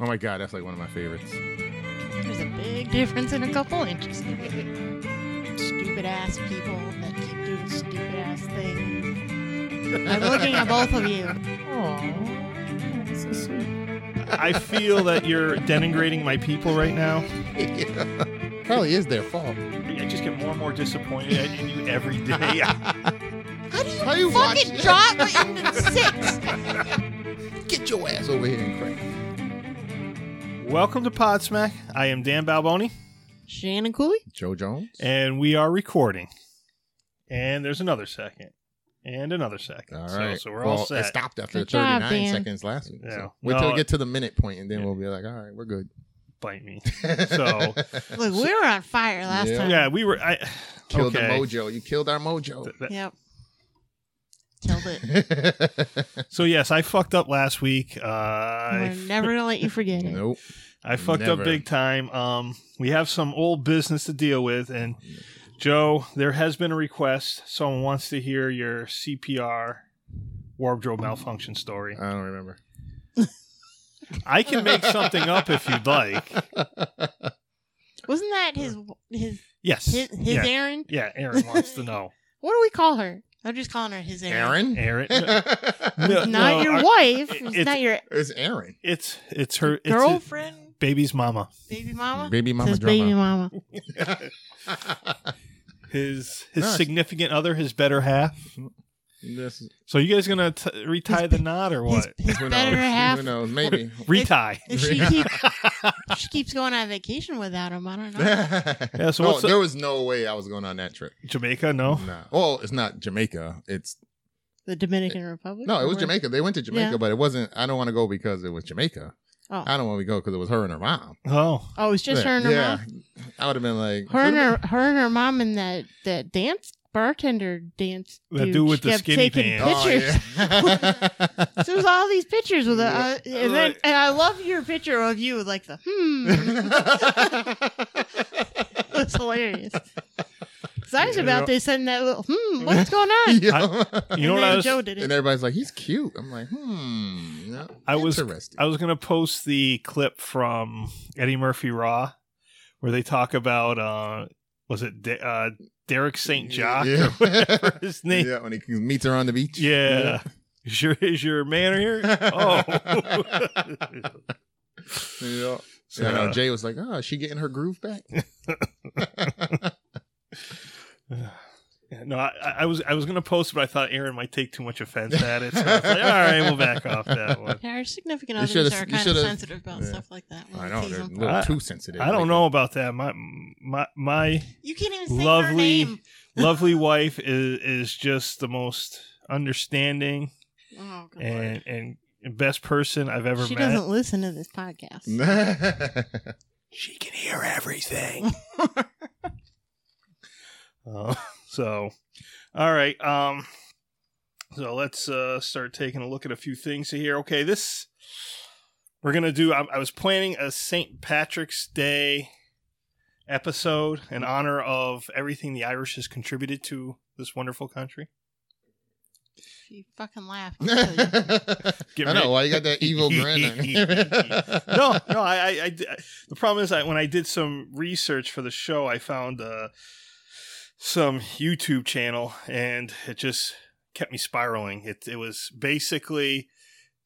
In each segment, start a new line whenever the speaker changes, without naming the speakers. Oh my god, that's like one of my favorites.
There's a big difference in a couple inches. Stupid ass people that keep doing stupid ass things. I'm looking at both of you.
I feel that you're denigrating my people right now.
Probably is their fault.
I just get more and more disappointed in you every day.
How do you,
How you watch
fucking
it?
drop into six?
Get your ass over here and crank.
Welcome to Podsmack. I am Dan Balboni,
Shannon Cooley?
Joe Jones?
and we are recording. And there's another second, and another second.
All
so,
right.
so we're
well,
all set.
It stopped after
Good job,
39
Dan.
seconds last week.
Yeah.
So wait till
No,
we get to the minute point and then
yeah.
we'll be like, all right, we're good.
Bite me. So-
Look, we were on fire last
Yeah.
time.
Yeah, we were. I
killed
okay.
Oh, the mojo. You killed our mojo.
Th- th-
Yep. Killed it.
So yes, I fucked up last week. Uh, I
We're never gonna let you forget it.
nope.
I fucked
Never.
up big time. Um, we have some old business to deal with, and Joe, there has been a request. Someone wants to hear your CPR wardrobe malfunction story.
I don't remember.
I can make something up if you'd like.
Wasn't that his his
Yes.
his, his
yeah.
Aaron?
yeah, Aaron wants to know.
What do we call her? I'm just calling her his Aaron.
Aaron?
Aaron,
it's
No,
not
no,
your
I-
wife. It's,
it's-
not your
Aaron.
it's it's her it's it-
girlfriend,
baby's mama.
baby mama.
Baby mama
Says baby
drama.
mama.
His his
Nice.
significant other, his better half.
this,
So you guys gonna t- retie the knot or
His,
what?
his
who knows?
better half.
Who knows? Maybe.
Retie.
If she, keep, she keeps going on vacation without him, I don't know.
yeah,
so
no,
what's
Oh,
the-
there was no way I was going on that trip.
Jamaica, no.
Nah. Well, it's not Jamaica. It's
The Dominican Republic.
no, it was
Or-
Jamaica. They went to Jamaica,
Yeah.
but it wasn't. I don't want to go because it was Jamaica.
Oh.
I don't want to go because it was her and her mom.
Oh.
Oh, it's just her and her mom.
I would have been like
Her and her, her and her mom and that that dance bartender dance.
That dude with
she
the
kept
skinny
taking
pants.
Oh,
Pictures.
yeah.
So there's all these pictures with the, uh, and then
Like-
and I love your picture of you with like the hmm. That's hilarious. Because I was
You
about
know-
to send that little hmm. What's going
Oh,
on?
Yeah.
And
You know what I
then
was
Joe did
and
it.
everybody's like, he's cute. I'm like, hmm. yeah,
I was
interesting.
I was gonna post the clip from Eddie Murphy Raw where they talk about uh was it De- uh Derek St. Jock
Yeah.
or whatever his name
yeah, when he meets her on the beach.
Yeah. Is your is your manner here? Oh
yeah.
So,
I know Jay was like, "Oh, is she getting her groove back?"
yeah, no, I, I was I was gonna post, but I thought Aaron might take too much offense at it. So I was like, all right, we'll back off that one.
Yeah, our significant
You
others
should've-
are
you
kind of
should've-
sensitive about
yeah.
stuff like that. when
I
we
know
tease
they're a
'em.
little
I-
too sensitive.
I don't know about that. My my my
You can't even say her
lovely
name.
lovely wife is is just the most understanding
Oh, God.
and and best person I've ever
she
met.
doesn't listen to this podcast.
Lately.
She can hear everything. uh, so, all right. Um, so let's uh, start taking a look at a few things here. Okay, this we're gonna do. I, I was planning a St. Patrick's Day episode in honor of everything the Irish has contributed to this wonderful country.
If you fucking laugh. I'll tell you.
I know why you got that evil grin. on.
no, no. I, I, I, di- the problem is I, when I did some research for the show, I found uh, some YouTube channel, and it just kept me spiraling. It, it was basically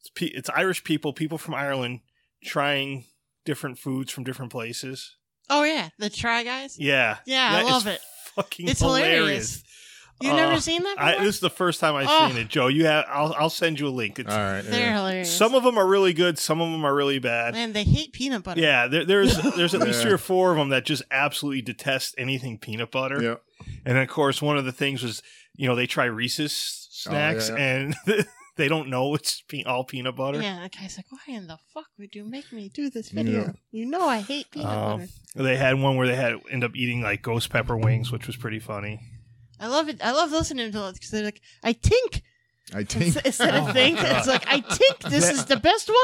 it's, pe- it's Irish people, people from Ireland, trying different foods from different places.
Oh, yeah. The Try Guys?
Yeah,
Yeah, I
that is
love it.
Fucking
It's hilarious.
hilarious.
You've
Uh,
never seen that
I,
before?
this is the first time I've
Oh.
seen it, Joe. You have. I'll, I'll send you a link. It's,
All right.
They're
yeah.
hilarious.
Some of them are really good. Some of them are really bad.
And they hate peanut butter.
Yeah, there, there's there's at least
Yeah.
three or four of them that just absolutely detest anything peanut butter.
Yeah.
And of course, one of the things was you know they try Reese's
Oh, yeah,
snacks
yeah.
and they don't know it's pe- all peanut butter.
Yeah, the guy's like, why in the fuck would you make me do this video? You know I hate peanut
Um,
butter.
They had one where they had end up eating like ghost pepper wings, which was pretty funny.
I love it. I love listening to it because they're like, I think
I think.
ins- instead
Oh
of
my
think.
God.
It's like, I think this
That-
is the best one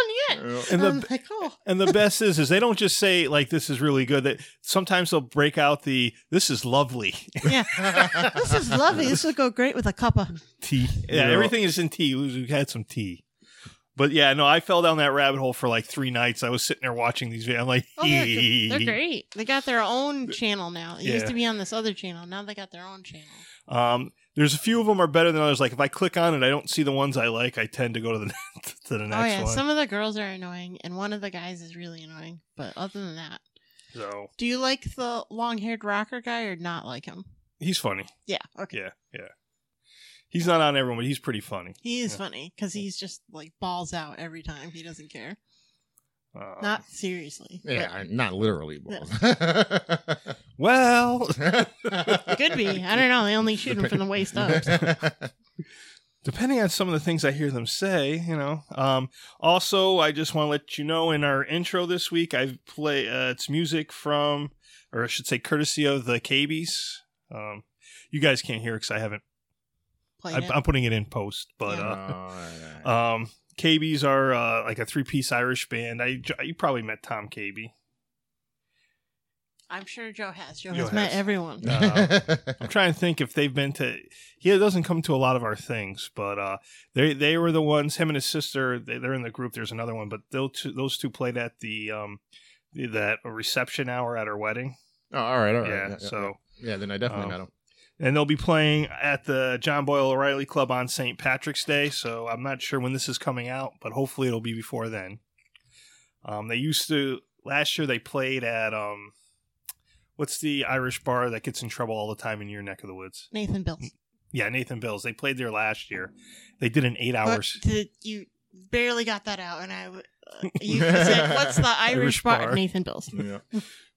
yet.
And the
I'm like, oh,
and the best is is they don't just say like this is really good. That sometimes they'll break out the this is lovely
yeah. This is lovely. This would go great with a cuppa.
tea. Yeah,
Yeah.
everything is in tea. We- We've had some tea. But yeah, no, I fell down that rabbit hole for like three nights. I was sitting there watching these videos. I'm like,
Oh, they're, gr- they're great. They got their own channel now. It
Yeah.
used to be on this other channel. Now they got their own channel.
Um, there's a few of them are better than others. Like if I click on it, I don't see the ones I like. I tend to go to the to the next
oh yeah,
one.
some of the girls are annoying, and one of the guys is really annoying. But other than that,
so
do you like the long-haired rocker guy or not like him?
he's funny.
Yeah. Okay.
Yeah, yeah. He's not on everyone, but he's pretty funny.
He is
Yeah.
funny because he's just like balls out every time. He doesn't care.
Um,
Not seriously. but
Yeah, not literally, balls.
well.
It could be. I don't know. They only shoot him from the waist up.
uh,
depending on some of the things I hear them say, you know. Um, also, I just want to let you know in our intro this week, I play uh, it's music from, or I should say, courtesy of the KBs. Um, you guys can't hear because I haven't.
Played
I,
it.
I'm putting it in post, but
Oh, Yeah.
uh, um, KBs are uh, like a three piece Irish band. I you probably met Tom KB.
I'm sure Joe has. Joe,
Joe
has met
has.
everyone.
No. I'm trying to think if they've been to. He doesn't come to a lot of our things, but uh, they they were the ones. Him and his sister. They, they're in the group. There's another one, but those two, those two played at the um the- that reception hour at our wedding.
oh, all right, all right.
yeah, So
yeah, then I definitely
um,
met him.
and they'll be playing at the John Boyle O'Reilly Club on St. Patrick's Day. So I'm not sure when this is coming out, but hopefully it'll be before then. Um, they used to last year. They played at um, what's the Irish bar that gets in trouble all the time in your neck of the woods?
Nathan
Mm,
Bills.
Yeah, Nathan Bills. They played there last year. They did an eight hours.
But to- you barely got that out, and I. w- Uh, you said, "What's the Irish,
Irish
bar?
bar.
Nathan Bills.
Yeah.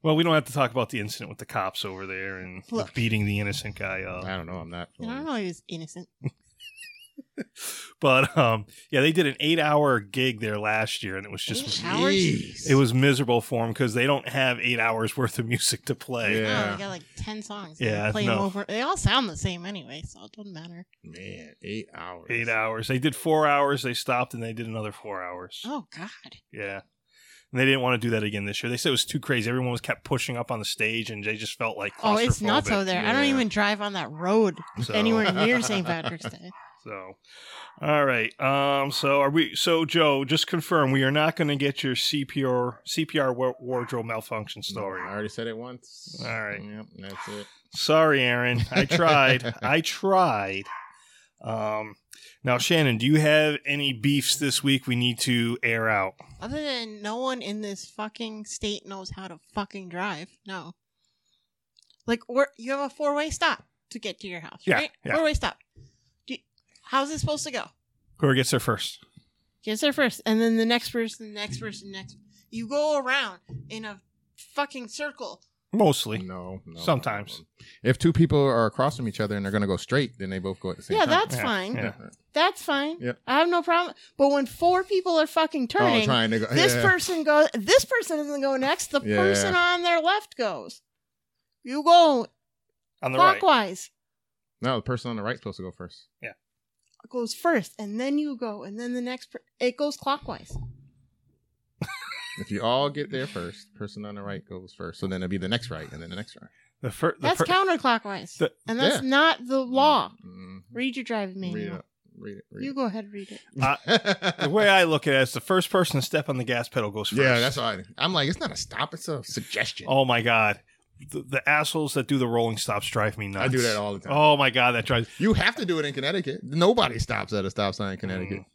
Well, we don't have to talk about the incident with the cops over there and
Look.
beating the innocent guy up.
I don't know. I'm not.
I don't know. He was innocent.
But um, yeah, they did an eight hour gig there last year, and it was just
Eight hours?
Jeez.
it was miserable for them because they don't have eight hours worth of music to play.
Oh,
Yeah.
they got like ten songs.
Yeah,
Yeah, play 'em
no.
over. They all sound the same anyway, so it doesn't matter.
Man, eight hours.
Eight hours. They did four hours. They stopped and they did another four hours.
Oh God.
Yeah. And they didn't want to do that again this year. They said it was too crazy. Everyone was kept pushing up on the stage, and they just felt like
Oh, it's nuts
claustrophobic.
over there. I don't
Yeah.
even drive on that road
So-
anywhere near St. Patrick's Day.
So, all right. Um. So are we? So Joe, just confirm we are not going to get your CPR CPR wa- wardrobe malfunction story.
No, I already said it once.
All right.
Yep, that's it.
Sorry, Aaron. I tried. I tried. Um. Now, Shannon, do you have any beefs this week we need to air out?
Other than no one in this fucking state knows how to fucking drive. No. Like, or you have a four way stop to get to your house,
Yeah,
right?
yeah.
Four way stop. Do you- how's it supposed to go?
Whoever gets there first.
Gets there first, and then the next person, next person, next. You go around in a fucking circle.
Mostly.
No, no.
Sometimes.
no. If two people are across from each other and they're going to go straight, then they both go at the same
yeah,
time.
that's
Yeah,
fine.
yeah.
That's fine.
Yep.
I have no problem. But when four people are fucking turning,
Oh, trying to go.
this
yeah.
person goes this person doesn't go next the
Yeah.
person on their left goes you go
On the right.
clockwise
No, the person on the right's supposed to go first.
goes first and then you go and then the next per- it goes clockwise
If you all get there first, the person on the right goes first. So then it'd be the next right and then the next right.
The first.
that's counterclockwise
The-
and that's
Yeah.
not the law
Mm,
read your driving
Read
manual
it. Read it. Read
you go ahead and read it
it.
The way I look at it is the first person to step on the gas pedal goes first.
yeah, that's all I. I'm like, it's not a stop. It's a suggestion.
Oh my god, the, the assholes that do the rolling stops drive me nuts.
I do that all the time.
Oh my god, that drives.
You have to do it in Connecticut. Nobody stops at a stop sign in Connecticut.
Mm.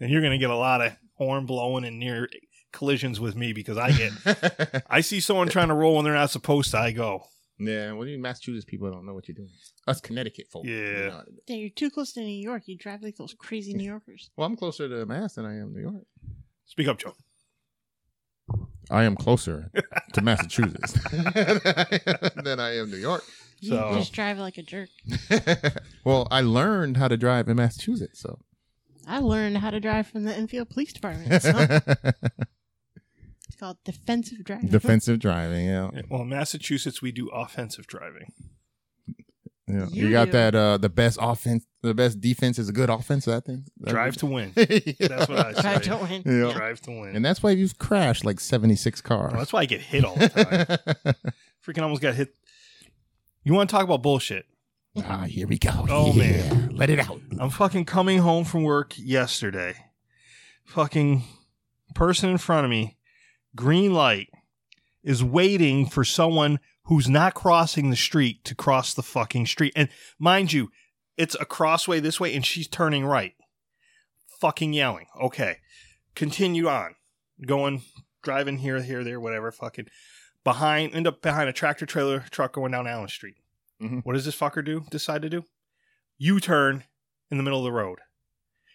And you're going to get a lot of horn blowing and near collisions with me because I get I see someone trying to roll when they're not supposed to. I go.
yeah, well, you Massachusetts people don't know what you're doing. Us Connecticut folk.
Yeah.
we know how to do it.
Dang, you're too close to new york you drive like those crazy new yorkers
Well, I'm closer to Mass than I am New York.
Speak up, Joe.
I am closer to Massachusetts than I am New York.
you
Oh.
So-
just drive like a jerk
well, I learned how to drive in Massachusetts, so.
i learned how to drive from the enfield police department so it's called defensive driving
Defensive driving, yeah.
Well, in Massachusetts, we do offensive driving.
yeah.
You
You, got
do.
that uh the best offense the best defense is a good offense, I think.
Drive to win.
That's
That's what I say.
Drive don't win.
Yeah.
Drive to win.
And that's why you've crashed like 76 cars.
Well, that's why I get hit all the time. Freaking almost got hit. You want to talk about bullshit?
ah, here we go.
Oh,
yeah. Let it out.
I'm fucking coming home from work yesterday. fucking person in front of me, green light, is waiting for someone who's not crossing the street to cross the fucking street. And mind you, it's a crossway this way and she's turning right. Fucking yelling. Okay. Continue on. Going, driving here, here, there, whatever. Fucking behind, end up behind a tractor trailer truck going down Allen Street.
Mhm.
What does this fucker do? Decide to do? U turn in the middle of the road.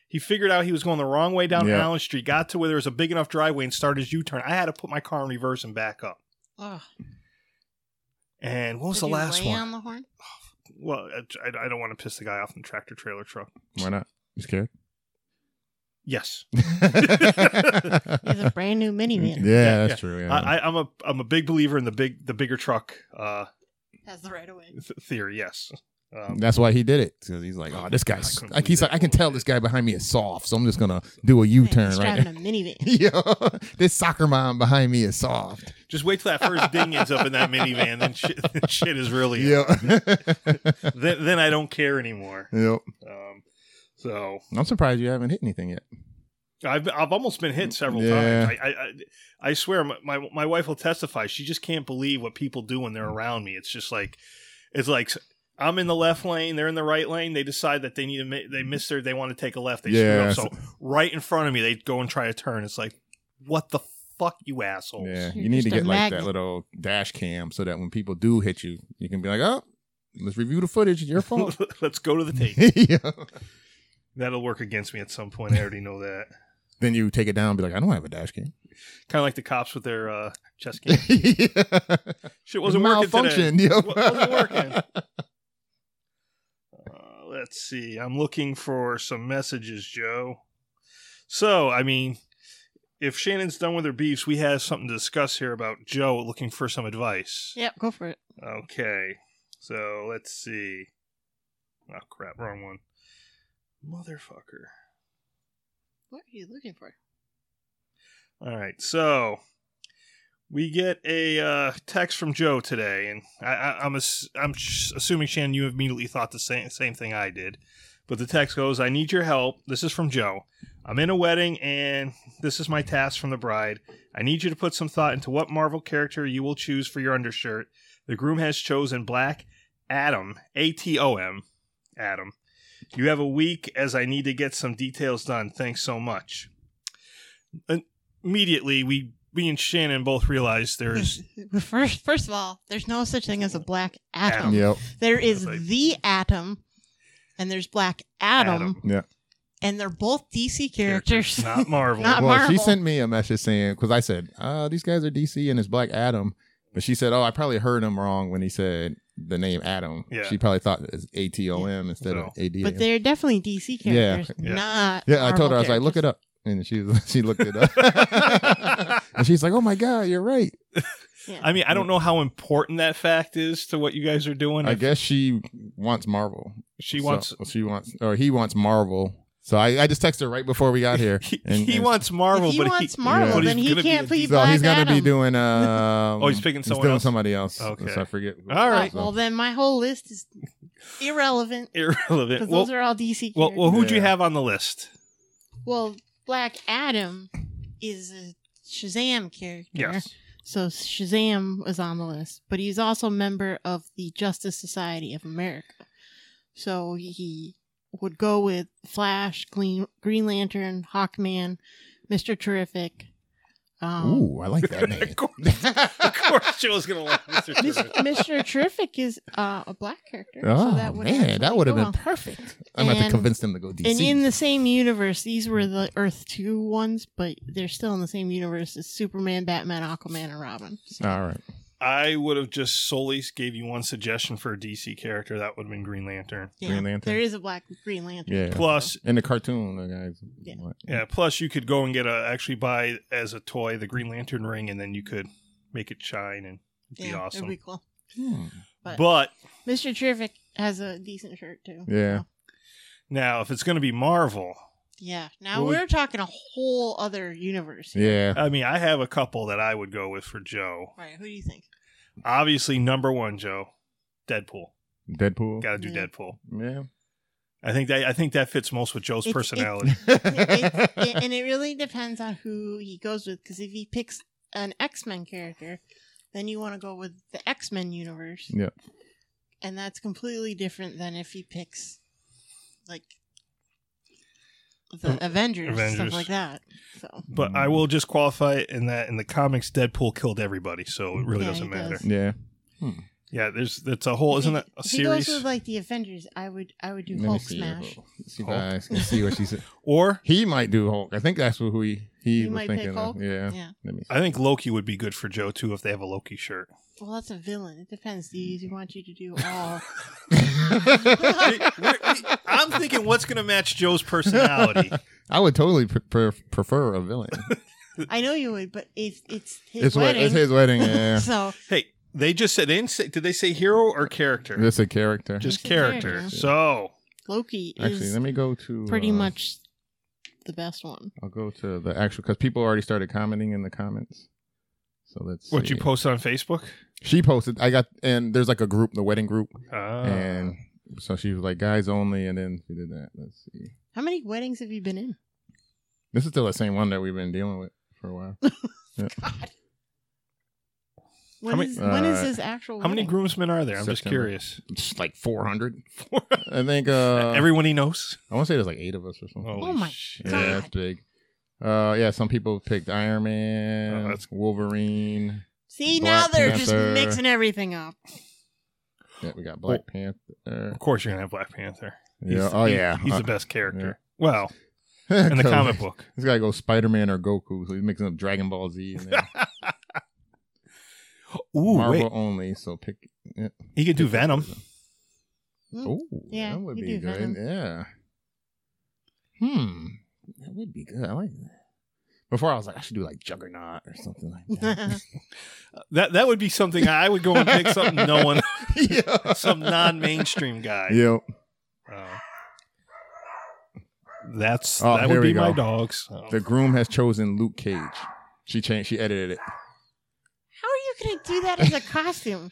He figured out he was going the wrong way down
Yeah.
Allen Street, got to where there was a big enough driveway and started his U turn. I had to put my car in reverse and back up.
Ugh.
And what was
Did
the
you
last
lay
one?
on the horn?
well, I, I don't want to piss the guy off in the tractor trailer truck.
Why not? You scared?
Yes,
He's a brand new
yeah,
minivan.
yeah.
that's true. Yeah.
I, I, I'm a I'm a big believer in the big the bigger truck uh,
Has the right of way.
th- theory. Yes, um,
that's why he did it. 'Cause he's like, oh, this guy's.
I couldn't
Like, he's
believe
like,
that.
I can tell this guy behind me is soft, so I'm just gonna do a U-turn
He's
right.
driving a minivan.
Yeah, this soccer mom behind me is soft.
just wait till that first ding ends up in that minivan, then shit, then shit is really.
Yeah.
Then then I don't care anymore.
yep.
Um, so
I'm surprised you haven't hit anything yet.
I've I've almost been hit several
Yeah.
times. I, I I I swear my, my my wife will testify. She just can't believe what people do when they're around me. It's just like it's like I'm in the left lane, they're in the right lane. They decide that they need to mi- they miss their they want to take a left. They
Yeah,
screw up. So right in front of me, they go and try to turn. It's like what the fuck, you assholes.
Yeah,
You're
you need
just
to
a
get like that
magnet.
little dash cam so that when people do hit you, you can be like, oh, let's review the footage. Your fault.
Let's go to the tape.
yeah.
That'll work against me at some point. I already know that.
Then you take it down and be like, I don't have a dash cam.
Kind of like the cops with their uh, chess game. Shit wasn't working today.
malfunction. Yo.
Wa- wasn't working. Uh, let's see. I'm looking for some messages, Joe. So, I mean, if Shannon's done with her beefs, we have something to discuss here about Joe looking for some advice.
Yep, go for it.
Okay. So, let's see. Oh, crap. Wrong one. Motherfucker.
What are you looking for?
All right, so we get a uh, text from Joe today, and I, I, I'm ass- I'm sh- assuming Shannon, you immediately thought the same same thing I did. But the text goes, "I need your help. This is from Joe. I'm in a wedding, and this is my task from the bride. I need you to put some thought into what Marvel character you will choose for your undershirt. The groom has chosen Black Adam, A T O M, Adam. You have a week, as I need to get some details done. Thanks so much." immediately we me and Shannon both realized there's
First, first of all, there's no such thing as a black atom.
Atom.
Yep.
There is
Like-
the atom, and there's black atom,
Atom.
Yeah.
and they're both DC characters.
not Marvel.
Not-
well, she
Marvel.
sent me a message saying because I said uh, these guys are DC and it's Black Adam, but she said, "Oh, I probably heard him wrong when he said the name Adam."
Yeah.
She probably thought it's A T O M instead of A D.
But they're definitely DC
Yeah,
characters,
yeah.
not.
Yeah, I told her
Marvel
I was like, "Look it
characters.
up," and she was- she looked it up, and she's like, "Oh my god, you're right."
Yeah.
I mean, I don't know how important that fact is to what you guys are doing.
I
If
guess she wants Marvel.
she
So-
wants
she wants, or he wants Marvel. So I, I just texted her right before we got here.
he,
and-
he
and-
wants Marvel,
if he
but
wants
he,
Marvel,
but
he's
then he
gonna be
can't
a
be
DC
So
Black
he's gonna
Adam.
be doing. Um,
Oh, he's picking someone
doing
else?
somebody else.
Okay.
So I forget.
All
Oh,
right.
well, then my whole list is irrelevant because
irrelevant. Well,
those are all DC characters.
well, well, who'd you
Yeah.
have on the list?
Well, Black Adam is a Shazam character.
Yes.
So Shazam was on the list, but he's also a member of the Justice Society of America. So he would go with Flash, Green, Green Lantern, Hawkman, Mr. Terrific. Um,
Ooh, I like that name.
Of course, of course Joe's gonna like Mr.
Mis-
Terrific.
Mr. Terrific is uh, a black character.
Oh
so that would
man, that
actually
would have
go
been
on.
perfect. I'm gonna have
And-
to convince them to go DC.
And in the same universe, these were the Earth 2 ones, but they're still in the same universe as Superman, Batman, Aquaman, and Robin. So
All right.
I would have just solely gave you one suggestion for a DC character. That would have been Green Lantern.
yeah,
Green Lantern.
There is a black Green Lantern.
Yeah.
Plus,
In the cartoon, the guys.
Yeah.
what?
Yeah, plus you could go and get a actually buy as a toy the Green Lantern ring, and then you could make it shine and it'd be
Yeah,
awesome.
It'd be cool.
Hmm.
But,
but
Mr. Terrific has a decent shirt too.
Yeah.
So,
now, if it's going to be Marvel,
yeah. Now
Well, we-
we're talking a whole other universe. here.
Yeah.
I mean, I have a couple that I would go with for Joe.
Right. Who do you think?
Obviously, number one, Joe, Deadpool.
Deadpool.
Got to do
Yeah.
Deadpool.
Yeah.
I think that I think that fits most with Joe's
It's- it-
personality.
Yeah, and it really depends on who he goes with. Because if he picks an X Men character, then you want to go with the X Men universe.
Yep.
And that's completely different than if he picks, like, the Avengers,
Mm. Avengers.
stuff like that. So
but I will just qualify it in that in the comics, Deadpool killed everybody, so it really
Yeah,
doesn't
he
matter.
does.
yeah.
Yeah, there's that's a whole isn't
If-
that a
if he goes
series
with like the Avengers, I would I would do
Let me
Hulk
see.
Smash.
See if
Hulk.
I can see what she said.
or
He might do Hulk. I think that's who he he
You
was
might pick
thinking of.
Hulk?
Yeah.
Yeah.
Let me.
I think Loki would be good for Joe too if they have a Loki shirt.
Well, that's a villain. It depends. Do you want you to do all?
I'm thinking what's going to match Joe's personality.
I would totally pre- pre- prefer a villain.
I know you would, but it's it's his
It's, what
wedding.
it's his wedding. Yeah.
so
hey, they just said they didn't say, did they say hero or character?
It's a character.
just
Just
character.
character.
So
Loki
Actually,
is
let me go to
pretty
uh,
much the best one.
I'll go to the actual because people already started commenting in the comments. So let's.
what
see.
you posted on Facebook?
She posted. I got and there's like a group, the wedding group,
Ah.
and so she was like guys only, and then she did that. Let's see.
How many weddings have you been in?
This is still the same one that we've been dealing with for a while.
When is
many-
when is
Uh,
his actual?
How many
wedding?
groomsmen are there? I'm just
September.
curious.
It's like 400. I think. Uh,
Everyone he knows.
I want to say there's like eight of us or something.
Oh my
shit.
yeah, that's big. Uh, yeah, some people picked Iron Man,
Oh, that's-
Wolverine.
See now
Black
they're
Panther.
just mixing everything up.
Yeah, we got Black Panther.
Of course, you're gonna have Black Panther. Oh. He's-
Yeah. Oh
he-
yeah.
he's the
Uh,
best character. Well,
in
in the comic book.
This guy goes Spider Man or Goku, so he's mixing up Dragon Ball Z and then
Ooh,
Marvel
wait,
only. So pick.
he could do Venom.
Mm.
Oh,
Yeah,
that would
you
be
do
good.
Venom.
Yeah. Hmm, that would be good. I like that. Before I was like, I should do like Juggernaut or something like that.
That that would be something I would go and pick something no one,
yeah.
some non-mainstream guy.
Yep.
Uh, that's
Oh,
that
here
would be
we
my
go.
dogs. Oh.
The groom has chosen Luke Cage. She changed. She edited it.
How are you gonna do that as a costume?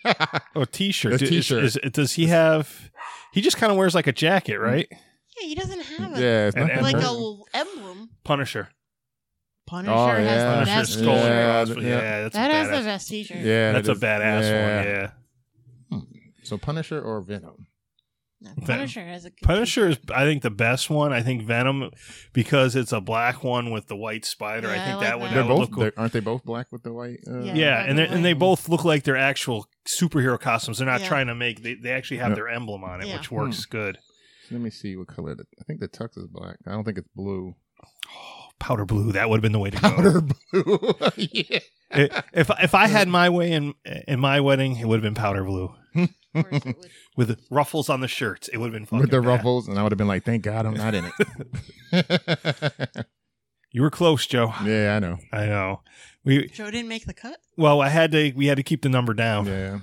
Oh, t-shirt.
The
Is-
t-shirt. Mm.
is- is- does he have? He just kind of wears like a jacket, right?
Yeah, he doesn't have a
Yeah, it's
And-
not
and
like
that
a
bad.
little emblem.
Punisher.
Punisher
Oh, yeah.
has the
Punisher's
best
Punisher skull.
t-shirt.
t-shirt.
Yeah,
Yeah,
yeah, that's
That
a
has
badass.
the best t-shirt.
Yeah,
that's
that
a
is-
badass one.
yeah.
Yeah.
So Punisher or Venom?
No,
That-
Punisher has a good
Punisher is, I think, the best one. I think Venom, because it's a black one with the white spider.
Yeah,
I
I
think
like
that would
that.
that
They're
would
both.
look cool.
they're- aren't they both black with the white? Uh,
Yeah.
yeah, and they
black
and
and
they
white.
both look like they're actual superhero costumes. They're not
Yeah.
trying to make. They, they actually have
Yeah.
their emblem on it,
Yeah.
which works good.
Let me see what color. The, I think the tux is black. I don't think it's blue.
Oh, powder blue. That would have been the way to go.
Powder blue. yeah.
I- if if I had my way in in my wedding, it would have been powder blue
Of course it would.
with ruffles on the shirts. It would have been fucking
With the
bad.
ruffles, and I would have been like, "Thank God I'm not in it."
You were close, Joe.
yeah, I know.
I know. We
Joe didn't make the cut.
well, I had to. We had to keep the number down.
Yeah.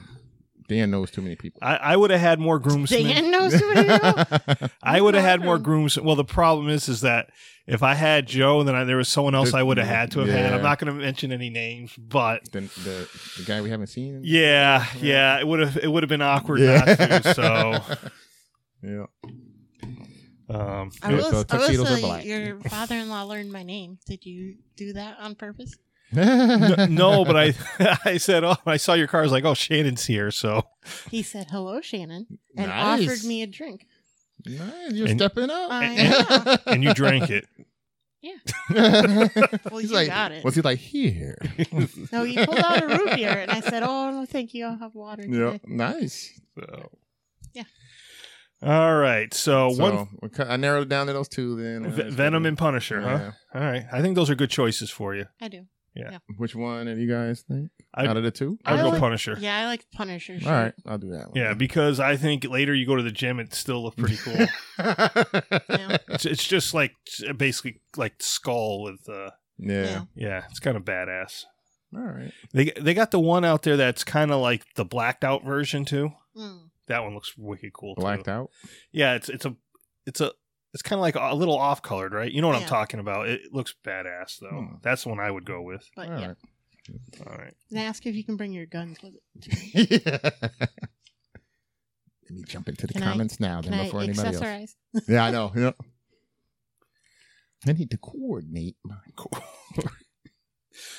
Dan knows too many people.
I, I would have had more groomsmen.
Dan knows who it is.
I would have had more
Modern.
grooms. Well, the problem is, is that if I had Joe, then I, there was someone else
Just-
I would have had to have had.
yeah.
I'm not going to mention any names, but
the, the, the guy we haven't seen.
yeah, yeah, it would have it would have been awkward not to. So,
yeah.
um,
I
Yeah,
will,
so
I will
tuxedos are
say
black.
your father-in-law learned my name. Did you do that on purpose?
n- no, but I I said, oh, I saw your car. I was like, oh, Shannon's here. So
He said, "Hello, Shannon," and
Nice.
offered me a drink.
Nice, you're
And-
stepping up.
I
and you drank it.
Well,
He's
you
like,
got it.
Was he like here?
No, he pulled out a root beer, and I said, "Oh, no, thank you. I'll have water."
yeah,
today."
nice.
So.
Yeah.
All right. So,
so
one
we cut- I narrowed it down to those two. Then
Ve- Venom and Punisher, huh?
Yeah.
All right. I think those are good choices for you.
I do.
Which one do you guys think
I-
out of the two?
I'll
I
go
like-
Punisher.
Yeah, I like Punisher.
All right, I'll do that one.
Yeah, because I think later you go to the gym, it still look pretty cool.
yeah.
it's, it's just like basically like skull with uh
Yeah.
yeah, it's kind of badass.
All right.
They they got the one out there that's kind of like the blacked out version too.
Mm.
That one looks wicked cool.
Blacked
too.
out.
Yeah, it's it's a it's a it's kind of like a little off colored, right? You know what I'm
Yeah.
talking about. It looks badass though.
Hmm.
That's the one I would go with.
But
All
yeah,
right.
All right.
and ask if you can bring your guns with it.
Let me jump into the
Can I-
comments now
Can
than
I
before anybody else.
accessorize?
Yeah, I know. Yeah. I need to coordinate my
Cool.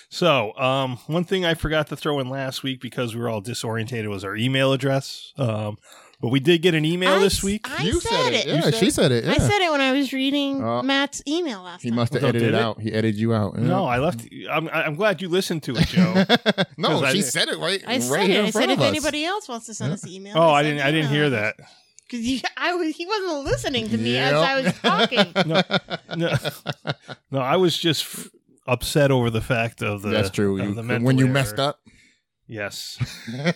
so, um, one thing I forgot to throw in last week because we were all disorientated was our email address. Um, but we did get an email
I
this
s-
week.
I
you
said, it.
Yeah, she said it. Yeah.
I said it when I was reading
Uh,
Matt's email last
he
time.
must have
Oh,
edited
did
it
it?
out. He edited you out.
no, I left. I'm, I'm glad you listened to it, Joe.
no,
'Cause I
she
did-
said it right,
I said
right
it.
here
I
in
said
front
if
of us.
anybody else wants to send
Yeah.
us an email.
oh, I didn't. I didn't hear that.
because I was he wasn't listening to me as I was talking.
No, no, I was just f- upset over the fact of the.
That's true.
of
You,
the
when
mental
you
error.
messed up,
Yes.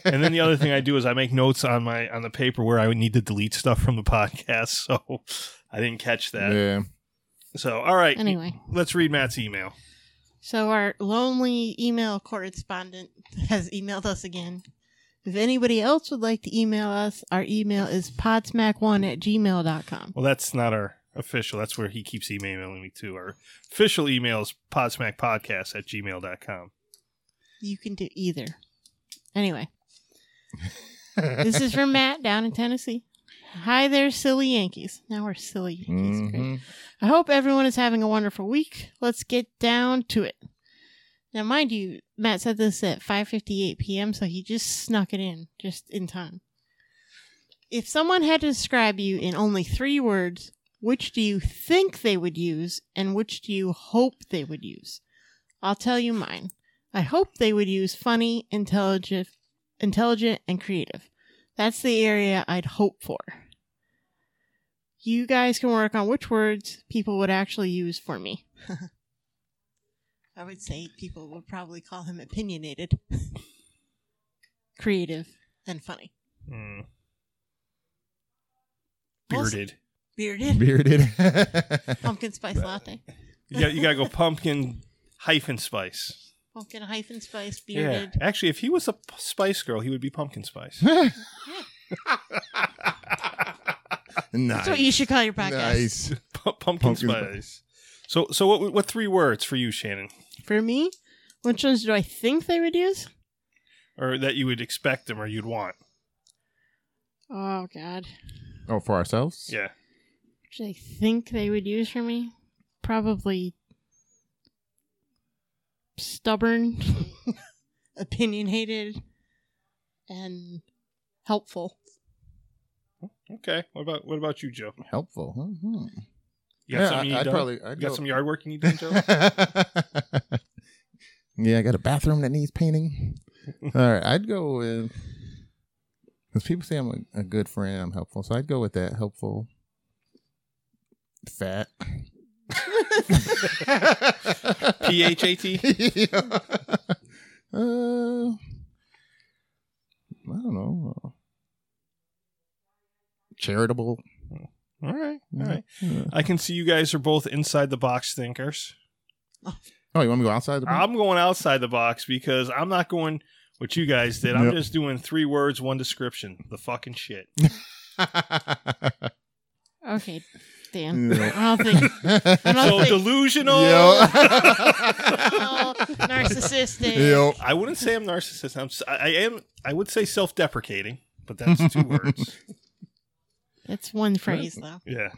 and then the other thing I do is I make notes on my on the paper where I would need to delete stuff from the podcast. So I didn't catch that.
yeah.
So all right,
Anyway,
let's read Matt's email.
so our lonely email correspondent has emailed us again. If anybody else would like to email us, our email is podsmack1 at gmail.com.
Well, that's not our official. That's where he keeps emailing me to. Our official email is podsmackpodcast at gmail.com.
You can do either. Anyway, this is from Matt down in Tennessee. Hi there, silly Yankees. Now we're silly Yankees. Great.
Mhm.
I hope everyone is having a wonderful week. Let's get down to it. Now, mind you, Matt said this at 5:58 p.m., so he just snuck it in just in time. If someone had to describe you in only three words, which do you think they would use, and which do you hope they would use? I'll tell you mine. I hope they would use funny, intelligent, intelligent, and creative. That's the area I'd hope for you guys can work on which words people would actually use for me. I would say people would probably call him opinionated, creative, and funny.
Hmm.
Also-
Bearded.
Bearded,
Bearded.
pumpkin spice latte,
You got, you got to go pumpkin hyphen spice.
pumpkin hyphen spice, bearded.
Yeah. Actually, if he was a p- spice girl, he would be pumpkin spice.
nice.
That's what you should call your podcast.
nice.
Pu- pumpkin,
Pumpkin
spice. So, so what? What three words for you, Shannon,
For me, which ones do I think they would use?
or that you would expect them, or you'd want?
Oh, God.
Oh, for ourselves?
Yeah.
Which I think they would use for me? Probably stubborn, opinionated, and helpful.
Okay. What about what about you, Joe?
Helpful. Mhm.
You got
yeah,
something
I,
you need
I'd
done?
probably. I'd
you got
go-
some yard work you need done, Joe?
yeah, I got a bathroom that needs painting. All right, I'd go with because people say I'm a, a good friend, I'm helpful, so I'd go with that helpful, fat.
P H A T.
Yeah. Uh, I don't know. Charitable.
All right.
Mm-hmm.
All right.
Yeah.
I can see you guys are both inside the box thinkers.
Oh, you want me to go outside the box?
I'm going outside the box because I'm not going what you guys did. I'm
Yep.
just doing three words, one description. The fucking shit.
Okay, Dan.
Yeah.
I don't think. I don't
So
think.
delusional.
oh, narcissistic.
Yep.
I wouldn't say I'm narcissist. I'm, si am. I would say self-deprecating, but that's two words.
That's one phrase, though.
Yeah.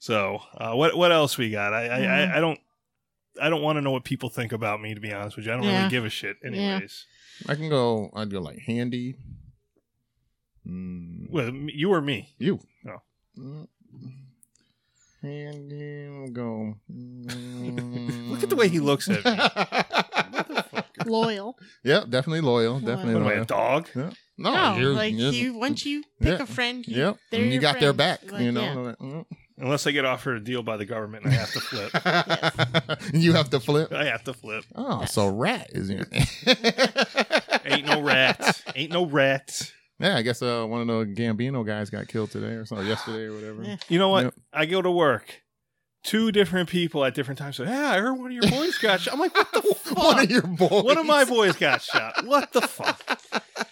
So uh, what what else we got? I I, I,
Mm-hmm.
I don't I don't want to know what people think about me. To be honest with you, I don't
Yeah.
really give a shit. Anyways,
I can go. I'd go like handy. Mm,
well, oh. m- you or me.
you?
No.
Mm. Handy. I'll go. Mm.
Look at the way he looks at me.
Loyal.
Yep, definitely loyal.
Loyal.
Definitely
What am I, a
loyal.
dog?
No,
No,
Oh, you're-
Oh, like
you're-
you. Once you pick
Yeah.
a friend, you,
Yep,
they're
and you
your
got their
friends.
back.
Like,
you
yeah.
know. Mm.
Unless I get offered a deal by the government, and I have to flip.
mm-hmm. you have to flip.
I have to flip.
Oh, so rat is your
Ain't no rats. Ain't no rats.
Yeah, I guess uh, one of the Gambino guys got killed today or something, or yesterday or whatever.
Yeah.
You know what?
Yep.
I go to work. Two different people at different times. Say, yeah, I heard one of your boys got shot. I'm like, what the fuck?
One of your boys.
One of my boys got shot. What the fuck?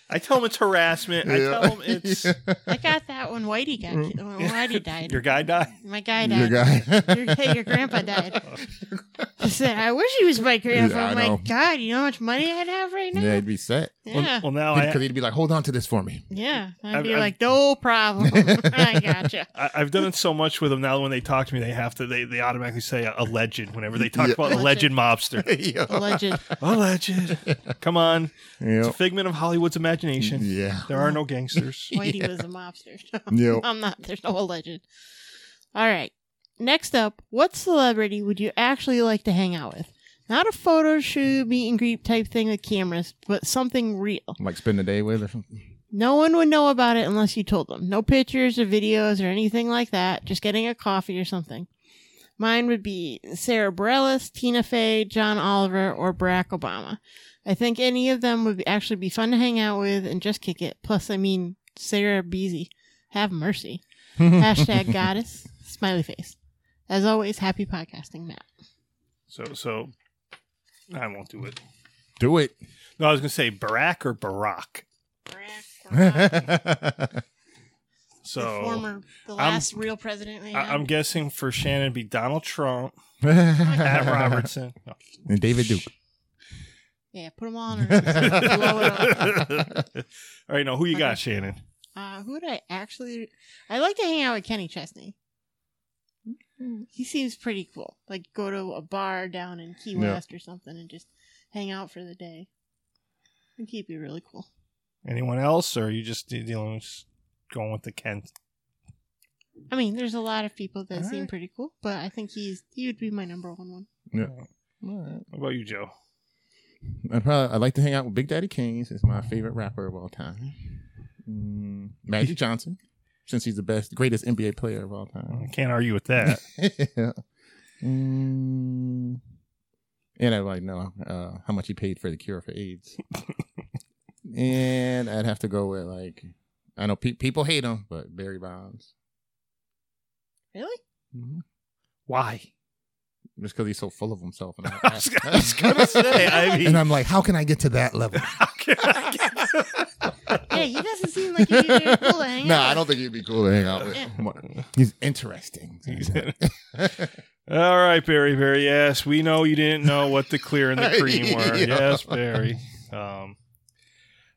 I tell him it's harassment. I
Yeah.
tell him it's
Yeah.
I got that when Whitey got when Whitey died.
your guy died.
My guy
Your
died.
guy.
Your, your grandpa died. I said, I wish he was my grandpa.
Yeah, I
I'm like,
know.
God, you know how much money I'd have right now?
Yeah, he'd be set
Well,
Yeah.
well, now
because
I,
he'd be like, "Hold on to this for me."
yeah. I'd
I've-
be
I've-
like, no problem. I gotcha.
I I've done it so much with them now. When they talk to me, they have to they, they automatically say a, a legend whenever they talk
Yeah.
about a legend mobster.
The
yeah.
legend.
a legend. Come on, it's a
Yep.
figment of Hollywood's imagination.
Yeah.
There are no gangsters.
Whitey was a mobster.
Yep.
I'm not. There's no legend. All right. Next up, what celebrity would you actually like to hang out with? Not a photo shoot, meet and greet type thing with cameras, but something real.
Like spend the day with or something.
No one would know about it unless you told them. No pictures or videos or anything like that. Just getting a coffee or something. Mine would be Sarah Bareilles, Tina Fey, John Oliver, or Barack Obama. I think any of them would be, actually be fun to hang out with and just kick it. Plus, I mean, Sarah Beasy, have mercy. Hashtag goddess, smiley face. As always, happy podcasting, Matt.
So so I won't do it.
Do it.
No, I was gonna say Barack or Barack.
Uh-huh.
So
the former, the
I'm-
last real president. we had.
I, I'm guessing for Shannon it'd be Donald Trump, Pat
and
Robertson. No.
David Duke.
yeah, put them all on. her. Blow it up.
All right, now who you got, Shannon?
Uh, who would I actually? I like to hang out with Kenny Chesney. He seems pretty cool. Like go to a bar down in Key
Yeah.
West or something and just hang out for the day. I think he'd be really cool.
Anyone else, or are you just de- dealing with going with the Kent?
I mean, there's a lot of people that
All
seem
right.
pretty cool, but I think he's he would be my number one one.
All right.
How about you, Joe?
I'd, probably, uh, I'd like to hang out with Big Daddy Kane. He's my favorite rapper of all time. Mm, Magic Johnson, since he's the best, greatest NBA player of all
I
time.
can't argue with that.
yeah. Mm, and I'd like to know uh, how much he paid for the cure for AIDS. and I'd have to go with like I know pe- people hate him, but Barry Bonds,
Really?
mm-hmm.
Why?
just because he's so full of himself. And I,
I was, I was gonna say. I mean,
and I'm like, how can I get to that level?
how can I get-
Yeah, he doesn't seem like he'd be very cool to hang
No,
out.
Oh. I don't think he'd be cool to hang out with.
Yeah.
Come on. He's interesting.
All right, Barry, Barry. Yes, we know you didn't know what the clear and the cream were.
Yeah.
Yes, Barry. Um,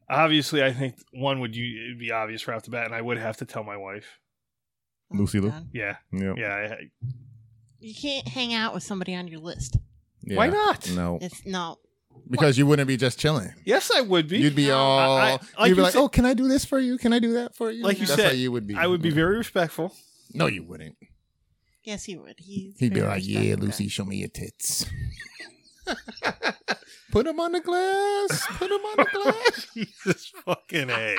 obviously, I think one would you it'd be obvious right off the bat, and I would have to tell my wife.
Oh,
Lucy Lou.
God.
Yeah,
Yep.
yeah. I,
You can't hang out with somebody on your list.
Yeah.
Why not?
No,
It's no.
because you wouldn't be just chilling.
Yes, I would be.
You'd be
No.
all.
I- I- like
you'd be
you
like,
said-
"Oh, can I do this for you? Can I do that for you?"
Like you
That's
said,
how you would be.
I would be very respectful.
No, you wouldn't.
Yes, he would. He's
He'd be
very
like, "Yeah,
respectful guy.
Lucy, show me your tits." Put them on the glass. Put them on the glass.
Jesus fucking a.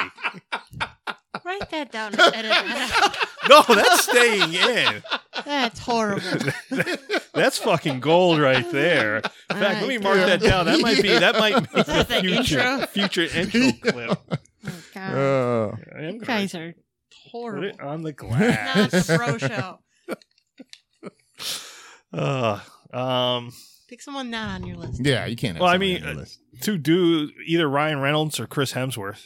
Write that down. and edit that out.
No, that's staying in.
That's horrible.
That's fucking gold right there. In fact, let me mark
Yeah.
that down. That might be that might make
that
the
the
future
intro?
future intro clip.
Oh, God.
Oh.
I am
you
gonna
guys are
put
horrible.
it on the
Not the
glass.
bro show.
Ugh. um,
Pick someone not on your list.
yeah, you can't. Have
Well, I
somebody
mean,
on your
uh,
list.
two dudes, either Ryan Reynolds or Chris Hemsworth.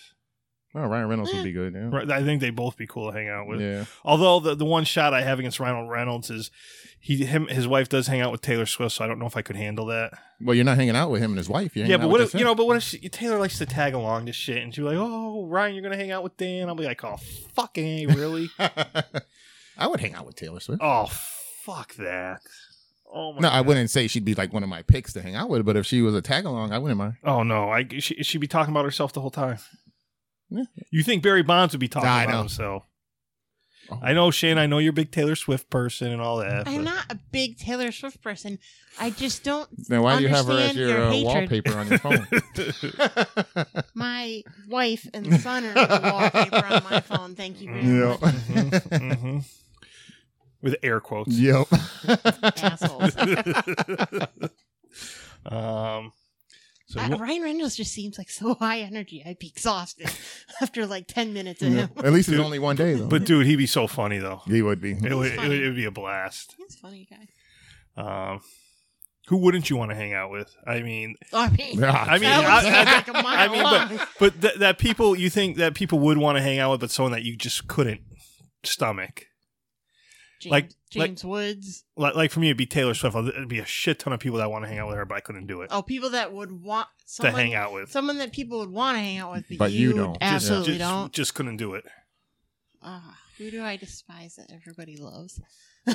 oh, Ryan Reynolds would be good. Yeah.
Right, I think they both be cool to hang out with.
Yeah.
Although the, the one shot I have against Ryan Reynolds is he him his wife does hang out with Taylor Swift, so I don't know if I could handle that.
Well, you're not hanging out with him and his wife. You're
Yeah,
hanging out
but what
with
if
this
you know?
him.
But what if she, Taylor likes to tag along to shit, and she's like, "Oh, Ryan, you're gonna hang out with Dan." I'll be like, "Oh, fucking A, really?
I would hang out with Taylor Swift.
oh, fuck that." Oh my.
no, I wouldn't say she'd be like one of my picks to hang out with, but if she was a tag along, I wouldn't mind.
Oh no, I she she'd be talking about herself the whole time.
Yeah.
You think Barry Bonds would be talking
I
about
know.
himself?
Oh.
I know, Shane. I know you're a big Taylor Swift person and all that.
I'm
but-
not a big Taylor Swift person. I just don't.
Then why do you have her as
Understand
your,
your
uh,
hatred.
wallpaper on your phone?
My wife and son are the wallpaper on my phone. Thank you very
Yeah.
much,
Mhm, mhm. With air quotes.
yep.
Mm-hmm.
assholes.
um. So
I-
you-
Ryan Reynolds just seems like so high energy. I'd be exhausted after like ten minutes of
Yeah.
him.
At least it's only one day though.
but dude, he'd be so funny though.
he would be.
It would,
He's
it
funny.
would it would be a blast.
He's a funny guy.
Um, who wouldn't you want to hang out with? I mean,
I mean,
I
that
mean,
would
I-
sound like a
I mean,
monologue.
but but th- that people you think that people would want to hang out with, but someone that you just couldn't stomach.
James,
Like- like-
James Woods.
Like, like for me, it'd be Taylor Swift. It'd be a shit ton of people that want to hang out with her, but I couldn't do it
Oh, people that would want
to
someone,
hang out with.
someone that people would want to hang out with, but,
But you
you
don't. Just-
Absolutely
just,
don't.
Just couldn't do it.
Ah, who do I despise that everybody loves?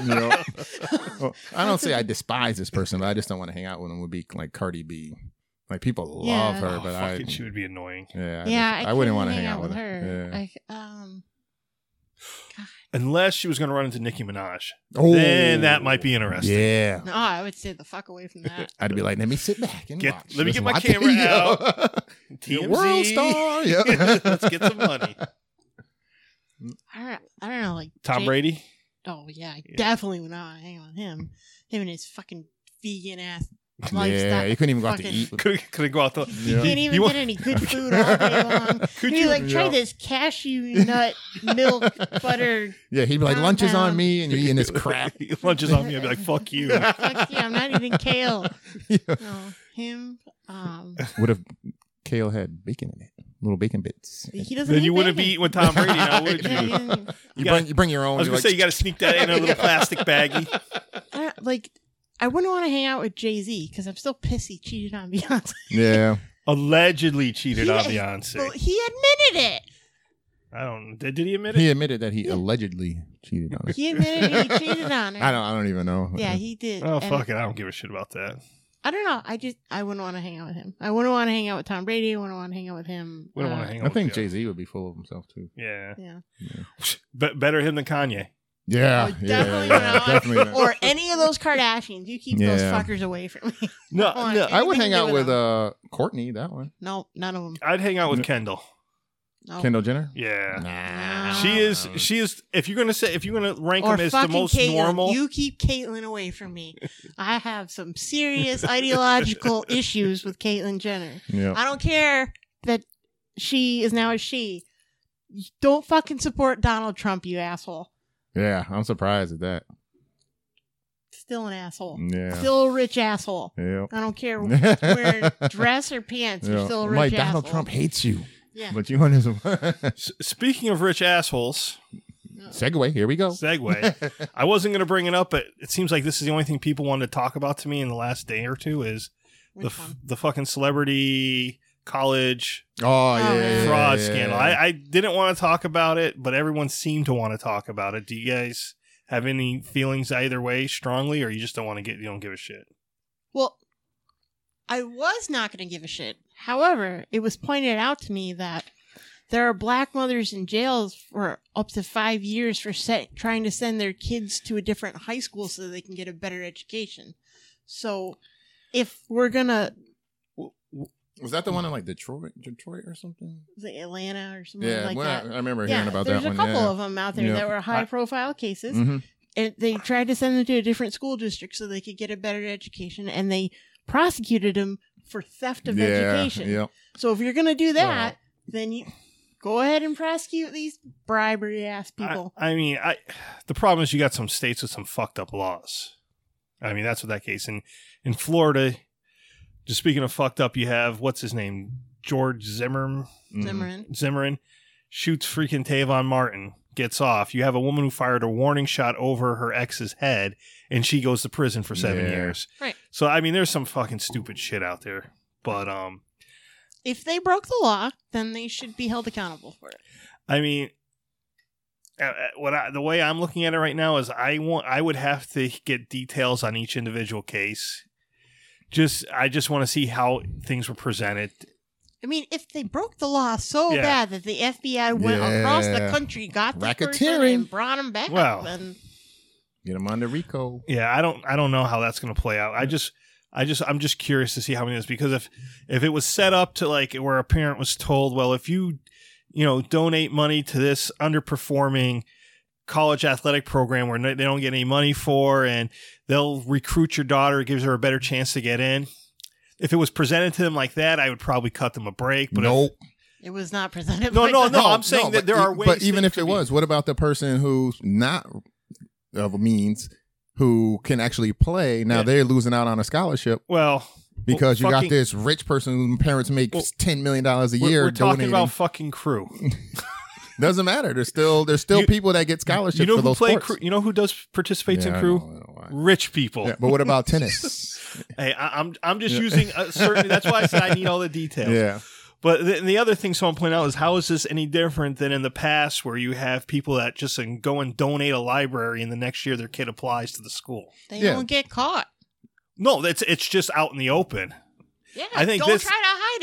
You know, well, I don't say I despise this person, but I just don't want to hang out with them. Would be like Cardi B. Like people
Yeah.
love her,
Oh,
but I
fucking, she would be annoying.
yeah, I,
yeah,
just-
I,
I, wouldn't
couldn't
want to hang out with her.
her.
Yeah.
I c um,
Unless she was going to run into Nicki Minaj,
oh,
then that might be interesting.
Yeah,
no, I would stay the fuck away from that.
I'd be like, let me sit back and
Get-
watch.
let me
this
get my
live
camera
video."
out.
You're
TMZ.
a world star. Yeah.
Let's get some money.
I don't, I don't know, like
Tom
Ja-
Brady.
Oh yeah, I
Yeah.
definitely would not hang out with him. Him and his fucking vegan ass
Yeah,
lifestyle.
you couldn't even go out to
Fucking-
eat. with-
Could could go out the.
You
Yeah.
can't
Uh, You
even
want-
get any good food all day long.
Could
you
you?
like try
Yeah.
this cashew nut milk butter?
Yeah, he'd be like, lunch is on
Compound.
me, and you're eating this crap.
Lunches on me. I'd be like, fuck you.
Fuck yeah, I'm not eating kale.
Yeah.
No, him. Um,
What if kale had bacon in it? Little bacon bits.
he doesn't.
Then
eat
you wouldn't be
bacon.
eating with Tom Brady now, would
Yeah, he
you?
doesn't-
You
gotta-
bring you bring your
I
own.
was
you're
gonna
like,
say you got to sneak that in a little plastic baggie.
I don't- like I wouldn't want to hang out with Jay Z because I'm still pissed he cheated on Beyonce.
yeah.
Allegedly cheated
He-
on
But
Beyonce.
he admitted it.
I don't. Did, did he admit it?
He admitted that he allegedly cheated on us.
He admitted he cheated on her.
I don't. I don't even know.
Yeah, he did.
Oh
And
fuck it! I don't give a shit about that.
I don't know. I just I wouldn't want to hang out with him. I wouldn't want to hang out with Tom Brady. I wouldn't want to hang out with him.
We don't want
Uh,
to hang out.
I think
with
Jay
Beyonce.
Z would be full of himself
Oh,
too.
Yeah.
Yeah.
Be- better him than Kanye.
Yeah,
Oh,
yeah,
definitely
yeah,
not.
definitely not.
Or any of those Kardashians. You keep those
Yeah.
fuckers away from me.
No,
Come on.
no.
I would hang
anything to do
out
with
with
him.
uh Courtney. That one,
No, none of them.
I'd hang out with Kendall.
No.
Kendall Jenner.
Yeah.
Nah,
She is. She is. If you're gonna say, if you're gonna rank
Um, or
them as the
fucking
most
Caitlyn.
normal,
You keep Caitlyn away from me. I have some serious ideological issues with Caitlyn Jenner.
Yeah.
I don't care that she is now a she. Don't fucking support Donald Trump, you asshole.
Yeah, I'm surprised at that.
Still an asshole.
Yeah.
Still a rich asshole.
Yeah.
I don't care wearing dress or pants. You're
Yeah.
still a
I'm
rich
like
asshole.
Donald Trump hates you,
Yeah.
but you want his
S- speaking of rich assholes,
segue. Here we go.
segue. I wasn't gonna bring it up, but it seems like this is the only thing people wanted to talk about to me in the last day or two is the
Which
f-
one?
the fucking celebrity college
Oh yeah, yeah,
fraud
yeah,
scandal.
yeah.
I, I didn't want to talk about it, but everyone seemed to want to talk about it. Do you guys have any feelings either way, strongly, or you just don't want to get you don't give a shit?
Well, I was not going to give a shit. However, it was pointed out to me that there are black mothers in jails for up to five years for set, trying to send their kids to a different high school so they can get a better education. So, if we're gonna
was that the one in like Detroit, Detroit or something?
the Atlanta or something
Yeah,
Mm, like
well,
that,
I remember hearing
yeah,
about
there's
that one.
a couple
yeah.
of them out there
Yeah.
that were high profile cases.
Mhm.
and they tried to send them to a different school district so they could get a better education and they prosecuted them for theft of
yeah,
education
Yeah,
so if you're going to do that then you go ahead and prosecute these bribery ass
I-
people
I, mean, I the problem is you got some states with some fucked up laws. I mean, that's what that case in in Florida. Just speaking of fucked up, you have what's his name, George Zimmerman.
Mhm.
Zimmerman.
Zimmerman shoots freaking Tavon Martin, gets off. You have a woman who fired a warning shot over her ex's head, and she goes to prison for seven
Yeah.
years.
Right.
So I mean, there's some fucking stupid shit out there, but um,
if they broke the law then they should be held accountable for it
I mean, uh, uh, what I, the way I'm looking at it right now is I want I would have to get details on each individual case. Just I just want to see how things were presented.
i mean if they broke the law so
Yeah.
bad that the fbi went across the
Yeah.
country got the person
Racketeering.
and brought him back
Well.
then
Get him on the Rico.
Yeah, I don't I don't know how that's going to play out.
Mm.
I just I just I'm just curious to see how many of this because if if it was set up to like where a parent was told, well, if you you know donate money to this underperforming college athletic program where no- they don't get any money for and they'll recruit your daughter, it gives her a better chance to get in. If it was presented to them like that, I would probably cut them a break. But if-
Nope.
it was not presented
No,
like
Oh, no,
that.
no. I'm saying
but
that there
e-
are ways
But even
that
if
could
it
be-
was, what about the person who's not of means, who can actually play? Now
Yeah.
they're losing out on a scholarship
well,
because you
fucking-
got this rich person whose parents make
Well,
ten million dollars a
we're,
year
we're talking
donating.
about fucking crew.
Doesn't matter. There's still there's still
You-
people that get scholarships
you know
for
who
those
play?
sports.
Crew, you know who does participates
Yeah,
in
I
crew?
know, I know why.
Rich people.
Yeah, but what about tennis?
Hey, I, I'm I'm just
Yeah.
using a certain. That's why I said I need all the details.
yeah,
But the, the other thing someone pointed out is how is this any different than in the past where you have people that just uh, go and donate a library and the next year their kid applies to the school?
They
Yeah.
don't get caught.
No, that's it's just out in the open.
Yeah,
I think
don't
this-
try to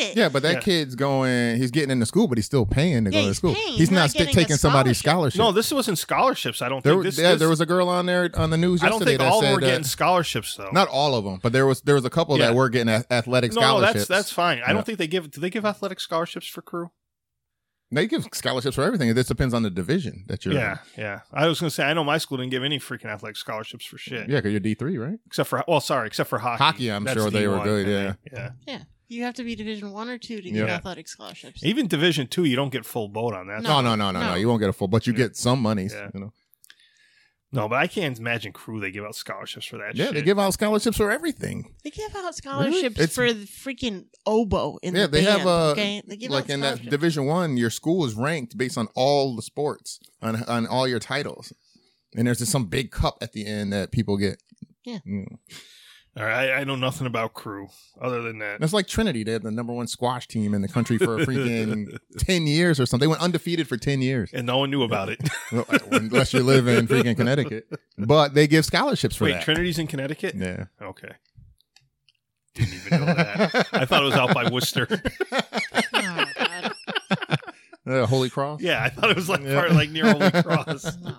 hide it.
yeah, but that
Yeah.
kid's going. He's getting into school, but he's still paying to
Yeah,
go to
he's
school.
paying,
he's
not
not, sti-
getting a
taking somebody's scholarship.
No, this wasn't scholarships. I don't
there,
think this.
yeah,
this-
there was a girl on there on the news
I don't
yesterday
think all of
that
them
said
were getting
uh,
scholarships though.
not all of them, but there was there was a couple
Yeah.
that were getting a- athletic
no, no,
scholarships.
that's that's fine. I
Yeah.
don't think they give. Do they give athletic scholarships for crew?
They give scholarships for everything. It just depends on the division that you're.
Yeah, yeah. I was gonna say I know my school didn't give any freaking athletic scholarships for shit.
in. yeah, because you're D three, right?
except for well, sorry, except for hockey.
Hockey, I'm
That's
sure they were
D1,
good,
and they- yeah.
You have to be Division One or Two to get
Yeah.
athletic scholarships.
Even Division Two, you don't get full boat on that.
No,
No,
no, no, no, no,
no.
You won't get a full, but you
Yeah.
get some monies.
Yeah.
You know.
No, but I can't imagine crew they give out scholarships for that.
Yeah,
shit.
they give out scholarships for everything.
They give out scholarships
It's-
for the freaking oboe in
Yeah,
the
they have,
band,
uh,
okay? They give
like
out
in that
scholarships.
Division One, your school is ranked based on all the sports on on all your titles, and there's just some big cup at the end that people get.
Yeah.
You know.
All right, I, I know nothing about crew other than that.
That's like Trinity. They have the number one squash team in the country for a freaking ten years or something. They went undefeated for ten years,
And no one knew about it.
Well, unless you live in freaking Connecticut. But they give scholarships for
Wait,
that.
Trinity's in Connecticut?
yeah.
Okay. Didn't even know that. I thought it was out by Worcester.
Oh, God.
Uh, Holy Cross.
yeah, I thought it was like
Yeah.
part like near Holy Cross.
No.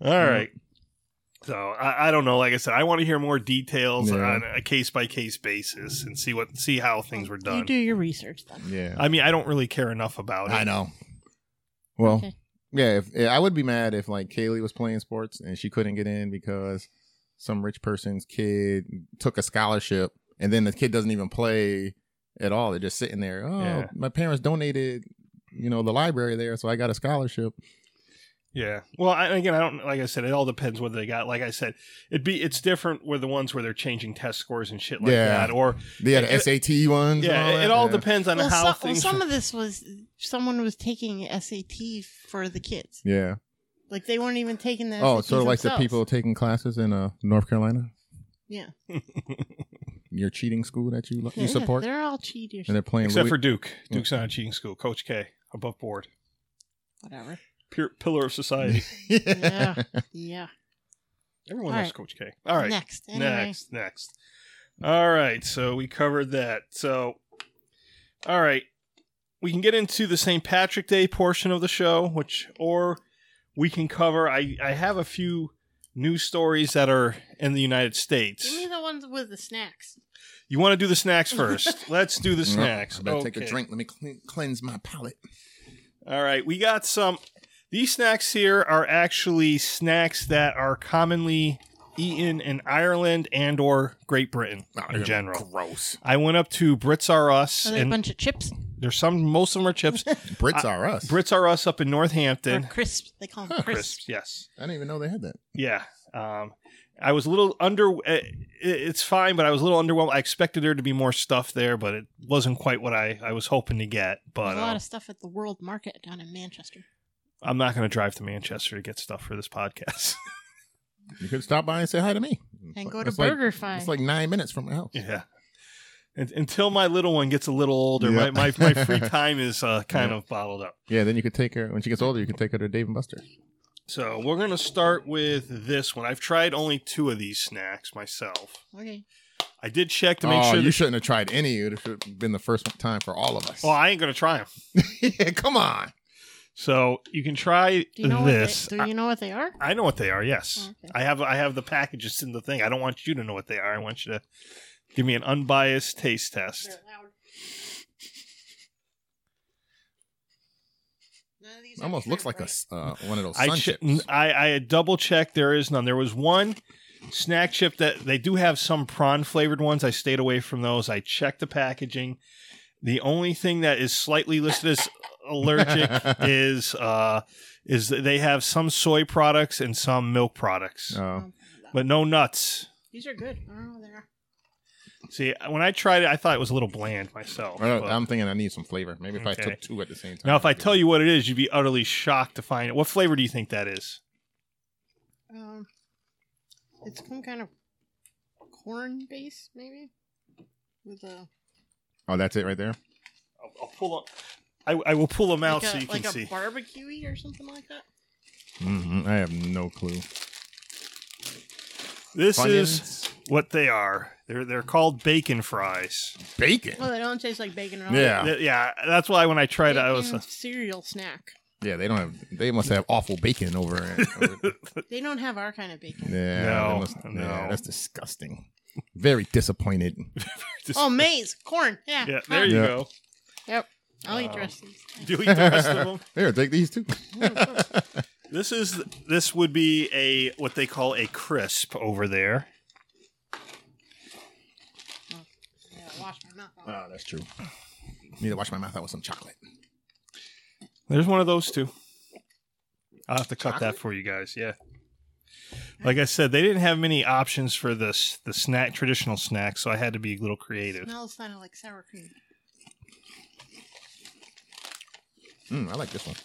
All right. So I, I don't know. Like I said, I want to hear more details
Yeah.
on a case by case basis and see what see how things were
You
done.
do your research then.
Yeah.
I mean, I don't really care enough about it.
I know. Well,
Okay.
yeah, if, yeah, I would be mad if like Kaylee was playing sports and she couldn't get in because some rich person's kid took a scholarship and then the kid doesn't even play at all. They're just sitting there. Oh,
Yeah.
my parents donated, you know, the library there, so I got a scholarship.
Yeah. Well, I, again, I don't like I said. It all depends whether they got. Like I said, it'd be it's different with the ones where they're changing test scores and shit like
Yeah.
that. Or
They had
It-
SAT ones. and
yeah,
all
it,
that.
it all
Yeah.
depends on
Well,
how
so- well,
things.
some of this was someone was taking SAT for the kids.
Yeah.
Like they weren't even taking the
Oh,
SATs
sort of like the
themselves.
people taking classes in uh, North Carolina,
Yeah,
your cheating school that you
Yeah,
you support,
They're all cheaters.
and they're playing.
except
Louis-
for Duke. Duke's not a cheating school. Coach K, above board,
Whatever.
Pure, pillar of society.
Yeah, yeah.
Everyone
All
loves
right.
Coach K. All right.
Next, anyway.
Next, next. All right, so we covered that. So, all right, we can get into the St. Patrick Day portion of the show, which, or we can cover. I I have a few news stories that are in the United States.
Give me the ones with the snacks.
You want to do the snacks first? Let's do the
Nope,
snacks.
I better take a
Okay.
drink. Let me clean, cleanse my palate.
All right, we got some. These snacks here are actually snacks that are commonly eaten in Ireland and or Great Britain
Oh,
in
they're
general.
Gross.
I went up to Brits R Us,
Are they a
and
bunch of chips
there's some, most of them are chips.
Brits are us.
Brits R Us up in
or
Northampton.
crisps? They call them crisps.
Crisps, yes,
I didn't even know they had that.
yeah. Um, I was a little under. eh, it- It's fine, but I was a little underwhelmed. I expected there to be more stuff there, but it wasn't quite what I, I was hoping to get. But
There's a lot
uh,
of stuff at the World Market down in Manchester.
I'm not going to drive to Manchester to get stuff for this podcast.
You could stop by and say hi to me.
And go to
It's like-
Burger Fi.
It's like nine minutes from my house.
yeah. And, until my little one gets a little older,
Yeah.
my, my, my free time is uh, kind
Yeah.
of bottled up.
Yeah, then you could take her when she gets older. You could take her to Dave and Buster.
So we're going to start with this one. I've tried only two of these snacks myself.
okay.
I did check to make
oh,
sure.
you
that-
shouldn't have tried any. It should have been the first time for all of us.
well, I ain't gonna try them.
yeah, come on.
So you can try
Do you know
this.
what they, do you know what they are?
I, I know what they are. Yes,
Okay.
I have. I have the packages in the thing. I don't want you to know what they are. I want you to give me an unbiased taste test.
They're loud. None of these are
Almost looks like
shrimp,
a
right?
s- uh, one of those
I,
sun
che-
chips.
I I had double checked. There is none. There was one snack chip that they do have some prawn flavored ones. I stayed away from those. I checked the packaging. The only thing that is slightly listed as allergic is uh is that they have some soy products and some milk products.
Oh.
Um,
uh, but no nuts.
These Oh, are good. I don't know what they are.
See, when I tried it, I thought it was a little bland myself.
I don't-
but-
I'm thinking I need some flavor. Maybe if I
Okay.
took two at the same time.
now, if I tell you what it is, you'd be utterly shocked to find it. What flavor do you think that is?
Um, it's some kind of corn base, maybe, with a
oh, that's it right there.
I'll, I'll pull up. I, I will pull them out
like
so
a,
you
like
can
a
see.
barbecue or something like that.
hmm I have no clue.
This is
Funyuns?
what they are. They're they're called bacon fries.
bacon.
Well, they don't taste like bacon at all.
Yeah,
Th- Yeah, that's why when I tried it,
Bacon
I was. uh,
cereal snack.
yeah. They don't have. They must have awful bacon over. it.
They don't have our kind of bacon.
yeah,
No,
they must- yeah,
no.
that's disgusting. Very disappointed.
Oh, maize, corn. Yeah.
yeah,
huh.
there you
Yeah.
go.
Yep. I'll eat
Um,
the rest of these.
Do you eat the rest of them?
There, take these two.
This is this would be a what they call a crisp over there.
Yeah, wash my mouth. off.
Ah, that's true. Need to wash my mouth out with some chocolate.
There's one of those two. I'll have to cut that for you guys. Yeah. Like I said, they didn't have many options for this the snack traditional snack, so I had to be a little creative.
Smells kind of like sour cream.
Mm, I like this one.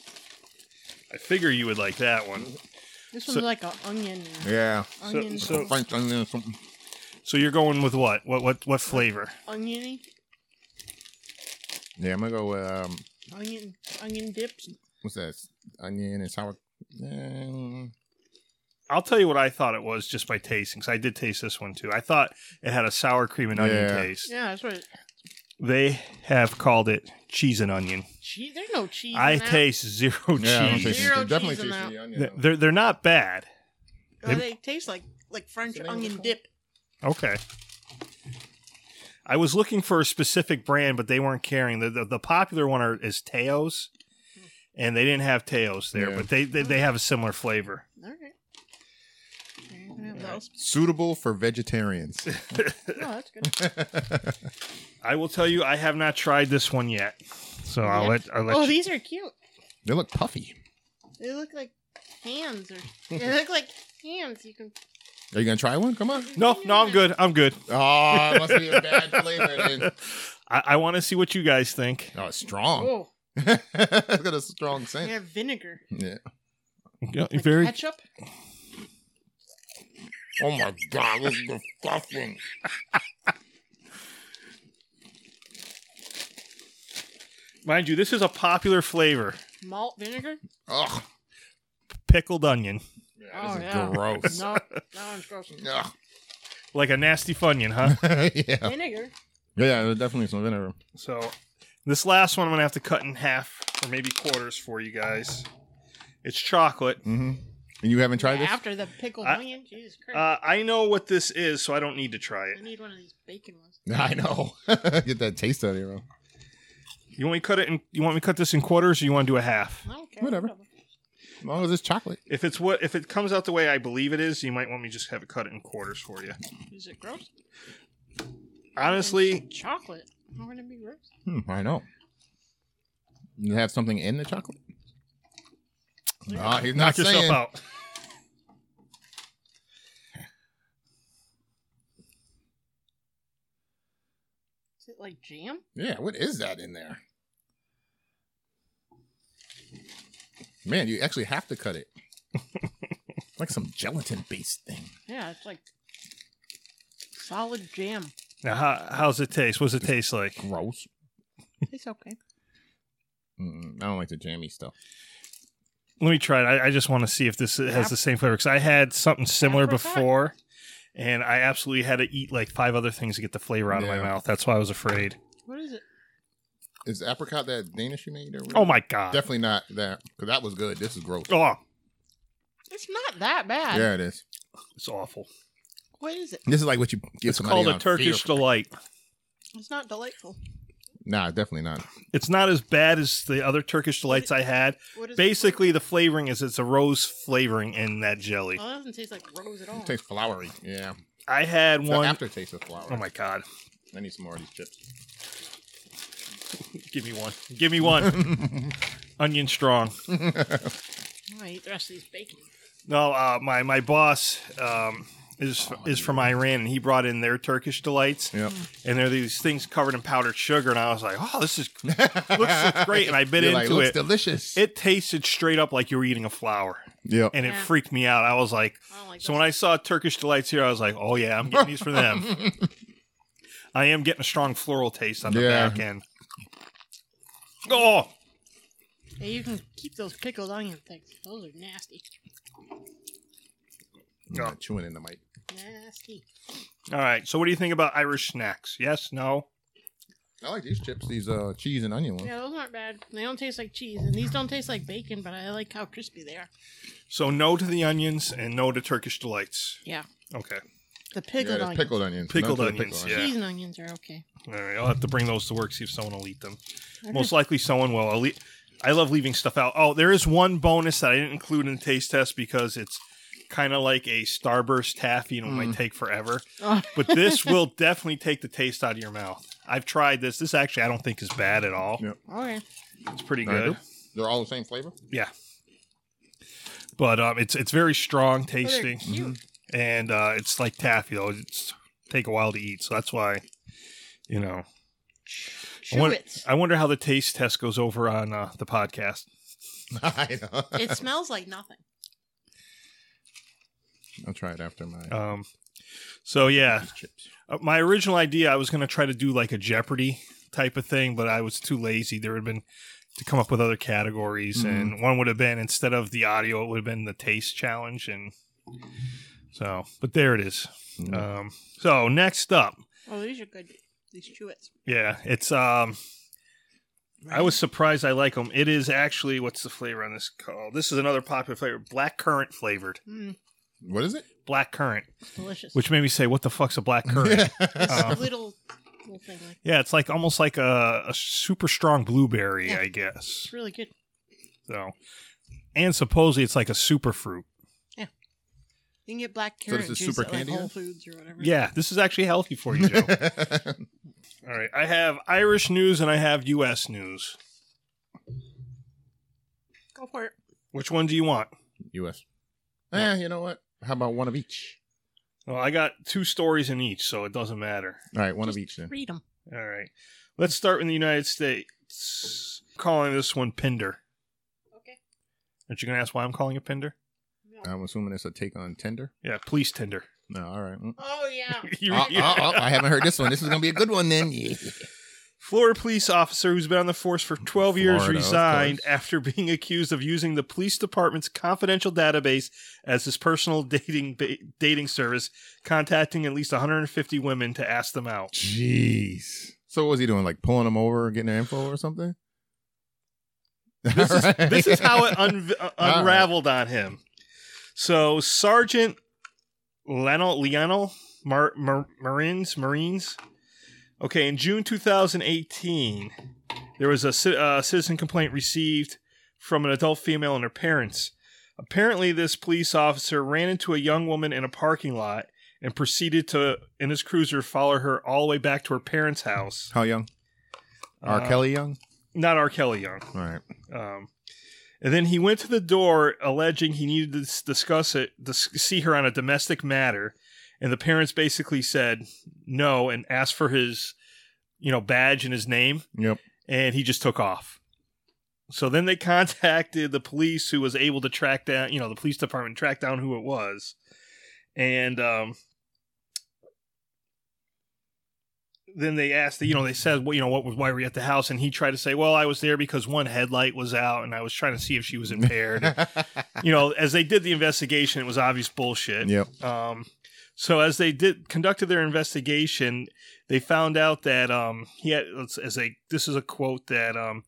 I figure you would like that one.
This
So-
one's like an onion.
Yeah,
Onion.
so-
French onion or something.
So you're going with what? What what what flavor?
oniony,
Yeah, I'm gonna go with um,
onion, onion dips.
what's that? Onion and sour. Mm,
I'll tell you what I thought it was just by tasting. 'cause I did taste this one too. I thought it had a sour cream and onion
Yeah.
taste.
Yeah, that's what. It,
They have called it cheese and onion.
cheese. There's no cheese.
I
in that.
taste zero
yeah, I'm
cheese.
tasting-
Zero
definitely
cheese
tasting
in that.
the onion.
Th-
though.
They're they're not bad.
Oh, they taste like like French
What's the name of
onion
the
dip.
Okay. I was looking for a specific brand, but they weren't carrying the the, the popular one are, is Teos, and they didn't have Teos there,
Yeah.
but they, they they have a similar flavor.
All right. Okay, you can have those.
Suitable for vegetarians.
Oh, that's good.
I will tell you, I have not tried this one yet, so I'll
Yeah.
let I'll let
Oh,
you-
these are cute.
they look puffy.
They look like hands, or they look like hands. You can.
Are you gonna try one? Come on.
No, no, I'm good. I'm good.
Oh, it must be a bad flavor then.
I, I want to see what you guys think.
Oh, it's strong.
Oh,
it's got a strong
they
scent.
have vinegar.
Yeah.
Like
very.
ketchup.
Oh my god, this is disgusting.
Mind you, this is a popular flavor.
Malt vinegar?
Ugh.
Pickled onion,
Yeah, this
Oh,
is
yeah.
gross.
No, that one's gross.
Ugh.
like a nasty funyun, huh?
yeah.
Vinegar?
Yeah, there's definitely some vinegar.
So this last one I'm gonna have to cut in half or maybe quarters for you guys. It's chocolate.
Mm-hmm. And you haven't tried this?
After the pickled
I-
onion? Jesus Christ.
Uh, I know what this is, so I don't need to try
I
it.
need one of these bacon ones.
I know. Get that taste out of here. bro.
You want me to cut it? In, you want me to cut this in quarters, or you want to do a half?
I don't care.
Whatever. As long as it's Oh, chocolate.
If it's what if it comes out the way I believe it is, you might want me to just have it cut it in quarters for you.
Is it gross?
Honestly,
It's chocolate. How would it be gross?
Hmm, I know. You have something in the chocolate? No, he's not
knock yourself
saying.
out.
Is it like jam?
Yeah, what is that in there? Man, you actually have to cut it. like some gelatin based thing.
Yeah, it's like solid jam.
Now, how, how's it taste? What's it taste like?
Gross.
It's okay.
Mm, I don't like the jammy stuff.
Let me try it. I, I just want to see if this has the same flavor because I had something similar
Apricot.
before, and I absolutely had to eat like five other things to get the flavor out of
Yeah.
my mouth. That's why I was afraid.
What is it?
Is apricot that Danish you made? Or
Oh my god!
Definitely not that, because that was good. This is gross.
Oh,
It's not that bad.
Yeah, it is.
it's awful.
What is it?
This is like what you give
It's
somebody
called a
on fear.
Turkish delight.
It's not delightful.
Nah, definitely not.
It's not as bad as the other Turkish delights I had.
What is
Basically, the flavoring is it's a rose flavoring in that jelly.
It? Oh, it doesn't taste like rose at all.
It tastes flowery. Yeah.
I had
It's
one
One.
oh
aftertaste of flour.
my god!
I need some more of these chips.
Give me one. Give me one. Onion strong.
Oh, I'm gonna eat the rest of these bacon.
No, uh, my my boss um, is is from Iran, and he brought in their Turkish delights,
Yep.
and they're these things covered in powdered sugar, and I was like, oh, this is looks great, and I bit
You're like,
into
looks
it.
delicious.
It tasted straight up like you were eating a flower,
yep.
and it
Yeah.
freaked me out. I was like,
I don't like
so
that.
when I saw Turkish delights here, I was like, oh yeah, I'm getting these for them. I am getting a strong floral taste on the
Yeah.
back end. Oh,
Hey, you can keep those pickled onion things. Those are nasty.
I'm not chewing in the mic.
Nasty.
all right. So what do you think about Irish snacks? Yes, no.
I like these chips, these uh, cheese and onion ones.
Yeah, those aren't bad. They don't taste like cheese, and these don't taste like bacon, but I like how crispy they are.
So no to the onions and no to Turkish delights.
Yeah.
Okay.
The pickled
yeah,
onions.
there's pickled onions.
Pickled
Not to the
onions, yeah.
Cheese and onions are okay.
All right. I'll have to bring those to work. See if someone will eat them.
I
Most likely, someone will. I'll le- I love leaving stuff out. Oh, there is one bonus that I didn't include in the taste test because it's kind of like a Starburst taffy and it
Hmm.
might take forever.
Oh.
But this will definitely take the taste out of your mouth. I've tried this. This actually, I don't think is bad at all.
Yeah.
Okay.
It's pretty
All right.
good.
They're all the same flavor.
Yeah. But um, it's it's very
Oh,
strong
they're
tasting.
Mm-hmm.
cute.
and uh, it's like taffy though. It's take a while to eat, so that's why, you know. I wonder,
Chewits.
I wonder how the taste test goes over on uh, the podcast.
I know.
It smells like nothing.
I'll try it after my
Um, so yeah,
these chips.
Uh, my original idea I was going to try to do like a Jeopardy type of thing, but I was too lazy. There had been to come up with other categories,
Mm-hmm.
and one would have been instead of the audio, it would have been the taste challenge, and so. But there it is.
Mm.
Um, so next up,
Oh, these are good. These chewits.
Yeah, it's um. I was surprised I like them. It is actually what's the flavor on this called? This is another popular flavor, black currant flavored,
Mm,
What is it?
black currant,
it's delicious.
which made me say, "What the fuck's a black currant?"
A
uh,
little, little thing like
yeah, it's like almost like a, a super strong blueberry,
Yeah.
I guess.
It's really good.
So, and supposedly it's like a super fruit.
You can get black
So this
carrot
is
juice
super
at like
candy
Whole
then?
Foods or whatever.
Yeah, this is actually healthy for you, Joe. All right, I have Irish news and I have U.S. news.
Go for it.
Which one do you want?
U.S. Eh, you know what? How about one of each?
Well, I got two stories in each, so it doesn't matter.
All right, one of each then.
Read them.
All right. Let's start with the United States. calling this one Pinder.
Okay.
Aren't you going to ask why I'm calling it Pinder?
I'm assuming it's a take on Tinder.
Yeah, police Tinder.
No, all right. Mm.
Oh, yeah.
You-
Oh, oh, oh, I haven't heard this one. This is gonna be a good one then. Yeah.
Florida police officer who's been on the force for 12 years
Florida, of
resigned
course.
after being accused of using the police department's confidential database as his personal dating ba- dating service, contacting at least 150 women to ask them out.
Jeez. So what was he doing? Like pulling them over, getting their info or something?
This is,
All right.
this is how it un- uh,
right.
unraveled on him. So Sergeant Lionel Lionel Mar- Mar- Marines Marines. Okay, in June 2018, there was a ci- uh, citizen complaint received from an adult female and her parents. Apparently, this police officer ran into a young woman in a parking lot and proceeded to, in his cruiser, follow her all the way back to her parents' house.
how young? R.
Uh,
Kelly young?
Not R. Kelly Young.
All right.
Um, and then he went to the door alleging he needed to s- discuss it, dis- see her on a domestic matter. And the parents basically said no and asked for his, you know, badge and his name.
Yep.
And he just took off. So then they contacted the police who was able to track down, you know, the police department tracked down who it was. And um, then they asked, you know, they said, well, you know, what was why were you at the house? And he tried to say, well, I was there because one headlight was out and I was trying to see if she was impaired. you know, as they did the investigation, it was obvious bullshit.
Yep.
Um, so as they did conducted their investigation, they found out that um, he had let's- as a this is a quote that um,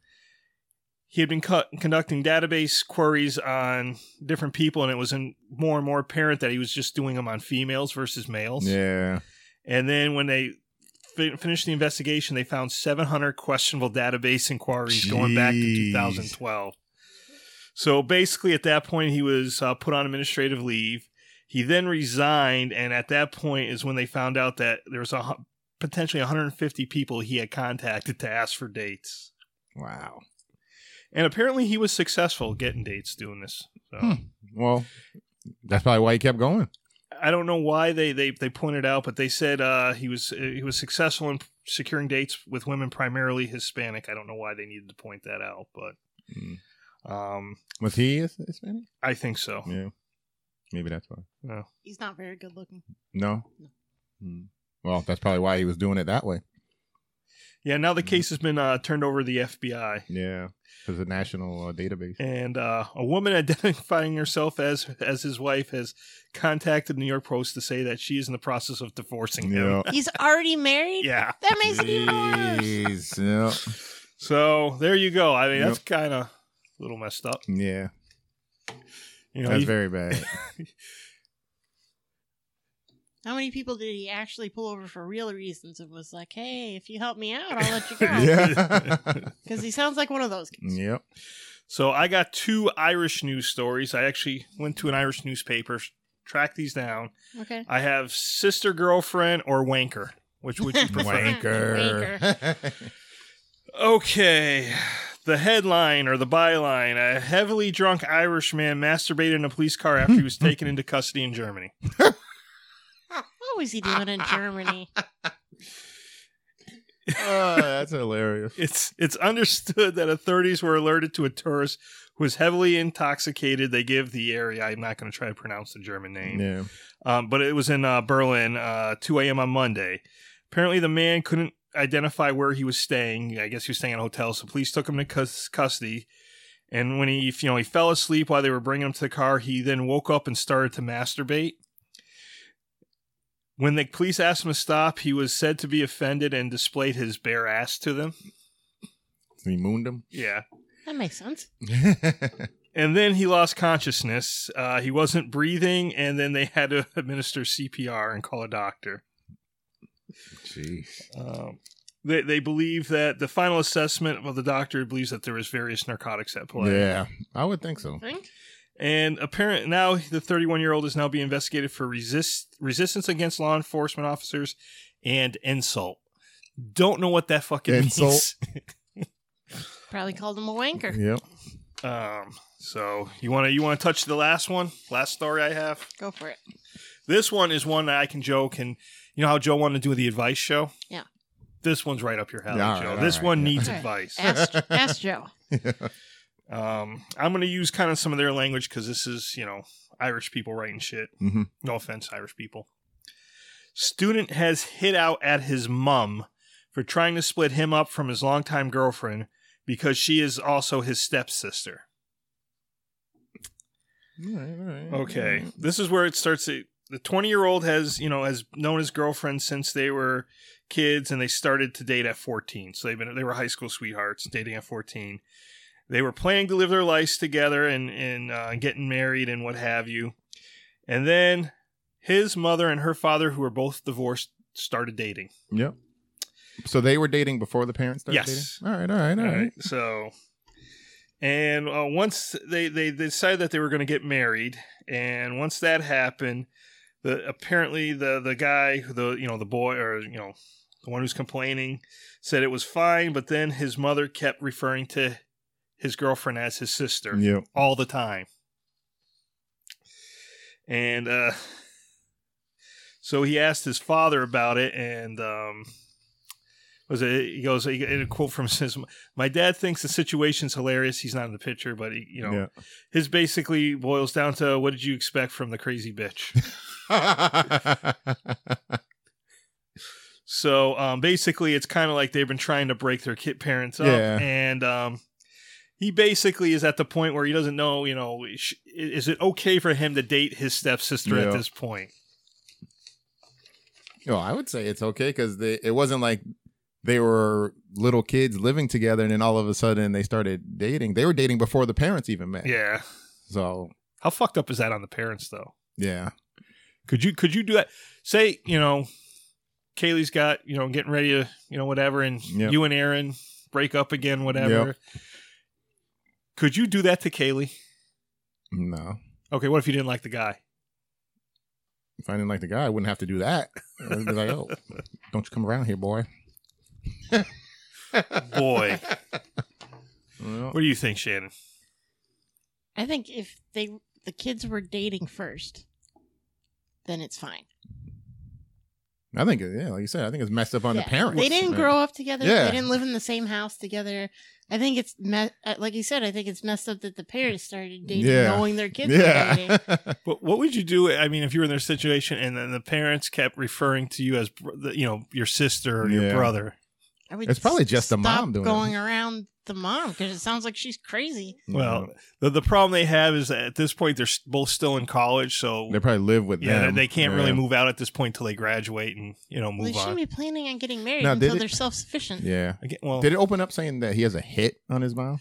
he had been cut, conducting database queries on different people, and it was in, more and more apparent that he was just doing them on females versus males.
Yeah.
And then when they fin- finished the investigation, they found 700 questionable database inquiries going back to
Jeez.
2012. So basically, at that point, he was uh, put on administrative leave. He then resigned, and at that point is when they found out that there was a hu- potentially 150 people he had contacted to ask for dates.
Wow.
And apparently, he was successful getting dates doing this. So.
Hmm. Well, that's probably why he kept going.
I don't know why they they they pointed out, but they said uh, he was he was successful in securing dates with women primarily Hispanic. I don't know why they needed to point that out, but
Mm.
um,
Was he His- Hispanic?
I think so.
Yeah. Maybe that's why.
He's not very good looking.
No.
No.
Mm. Well, that's probably why he was doing it that way.
Yeah, now
Mm-hmm.
the case has been uh, turned over to the FBI,
Yeah, because the national uh, database.
and uh, a woman identifying herself as as his wife has contacted New York Post to say that she is in the process of divorcing him.
He's already married.
Yeah.
That makes it even worse.
Jeez, yeah.
So there you go. I mean,
Yep.
that's kind of a little messed up.
Yeah,
You know,
that's
you-
very bad.
How many people did he actually pull over for real reasons and was like, hey, if you help me out, I'll let you go?
yeah.
Because he sounds like one of those kids.
yep.
So I got two Irish news stories. I actually went to an Irish newspaper, tracked these down.
Okay.
I have sister girlfriend or wanker. Which would you prefer?
Wanker.
okay. The headline or the byline A heavily drunk Irish man masturbated in a police car after he was taken into custody in Germany.
What was he doing in Germany?
oh, that's hilarious.
It's it's understood that authorities were alerted to a tourist who was heavily intoxicated. They give the area. I'm not going to try to pronounce the German name,
Yeah.
um, but it was in uh, Berlin, uh, 2 a.m. on Monday. Apparently, the man couldn't identify where he was staying. I guess he was staying in a hotel, so police took him to cus- custody. And when he, you know, he fell asleep while they were bringing him to the car, he then woke up and started to masturbate. When the police asked him to stop, he was said to be offended and displayed his bare ass to them.
He mooned him.
Yeah.
That makes sense.
And then he lost consciousness. Uh, he wasn't breathing, and then they had to administer CPR and call a doctor.
Jeez.
Um, they, they believe that the final assessment of the doctor believes that there was various narcotics at play.
Yeah, I would think so.
Think?
And apparent now the 31 year old is now being investigated for resist resistance against law enforcement officers and insult. Don't know what that fucking
Insult.
Probably called him a wanker.
Yep.
means. Um, so you want to you want to touch the last one, last story I have.
Go for it.
This one is one that I can joke and you know how Joe wanted to do the advice show?
Yeah.
This one's right up your alley,
Yeah, all right,
Joe.
all
this
right,
one
yeah.
needs
All right.
advice.
Ask, ask Joe.
Um, I'm going to use kind of some of their language because this is, you know, Irish people writing shit.
Mhm.
No offense, Irish people. Student has hit out at his mum for trying to split him up from his longtime girlfriend because she is also his stepsister.
All right, all right, all
Okay.
right.
This is where it starts. to- The 20 year old has, you know, has known his girlfriend since they were kids and they started to date at 14. So they've been, they were high school sweethearts dating at 14. They were planning to live their lives together and, and uh, getting married and what have you. And then his mother and her father, who were both divorced, started dating.
Yep. So they were dating before the parents started
Yes.
dating? All right, all right, all
All
right.
right. So, and uh, once they, they they decided that they were going to get married, and once that happened, the apparently the the guy, who the you know the boy or you know the one who's complaining, said it was fine, but then his mother kept referring to his girlfriend as his sister
Yep.
all the time. And uh, so he asked his father about it, and um, was it? He goes, he, a quote from his, "My dad thinks the situation's hilarious. He's not in the picture, but he, you know,
Yeah.
his basically boils down to what did you expect from the crazy bitch." So um, basically, it's kind of like they've been trying to break their kid parents up,
Yeah.
and um, he basically is at the point where he doesn't know, you know, sh- is it okay for him to date his stepsister
Yeah.
at this point?
No, I would say it's okay because it wasn't like they were little kids living together and then all of a sudden they started dating. They were dating before the parents even met.
Yeah.
So,
How fucked up is that on the parents though?
yeah.
Could you could you do that? Say you know, Kaylee's got you know getting ready to you know whatever, and
Yep.
you and Aaron break up again, whatever. Could you do that to Kaylee?
No.
Okay, what if you didn't like the guy?
If I didn't like the guy, I wouldn't have to do that. I'd be like, oh, don't you come around here, boy.
Boy,
Well,
what do you think, Shannon?
I think if they the kids were dating first then it's fine.
I think, yeah, like you said, I think it's messed up on
Yeah.
the parents.
They didn't
man.
grow up together.
Yeah.
They didn't live in the same house together. I think it's me- uh, like you said. I think it's messed up that the parents started dating,
Yeah.
knowing their kids were dating.
Yeah.
But what would you do? I mean, if you were in their situation and then the parents kept referring to you as, br- the- you know, your sister or your
Yeah.
brother.
I would
It's probably
s-
just the
stop
mom doing it.
going around the mom because it sounds like she's crazy.
Well, the, the problem they have is that at this point they're s- both still in college, so
they probably live with
yeah, they-
them.
they can't
Yeah.
really move out at this point till they graduate and you know
Well, they
move
shouldn't
on.
be planning on getting married
Now, did
until
it-
they're self sufficient.
Yeah.
Again, well,
Did it open up saying that he has a hit on his mom?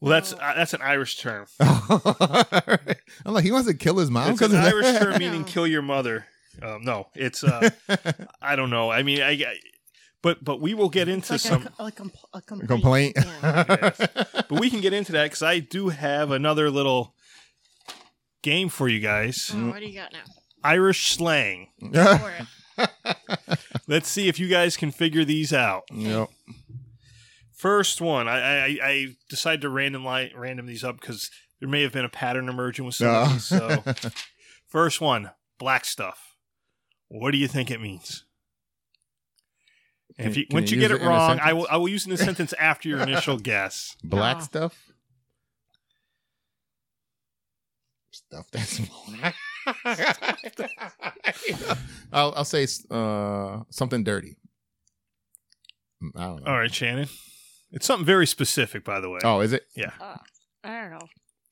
well, that's uh, that's an Irish term.
I'm like, he wants to kill his mom
It's
because
an Irish term
No.
meaning "kill your mother." Um, no, it's uh, I don't know. I mean, I, I- but but we will get into
Like
some.
a, a, compl- a complaint.
complaint.
Yeah.
but we can get into that because I do have another little game for you guys.
Mm.
Oh, what do you got now?
Irish slang.
For it.
Let's see if you guys can figure these out.
Yep.
First one, I I, I- I decided to random li- random these up because there may have been a pattern emerging with some of
No.
these. So, first one, black stuff. What do you think it means? And if
Can-
you,
can
once
you
you get
use
it
it in a
wrong, I will
sentence?
I will use it in a sentence after your initial guess.
Black
Aw.
stuff. Stuff that's black. I'll, I'll say uh, something dirty. Mm, I don't know.
All right, Shannon. It's something very specific, by the way.
Oh, is it?
I don't know.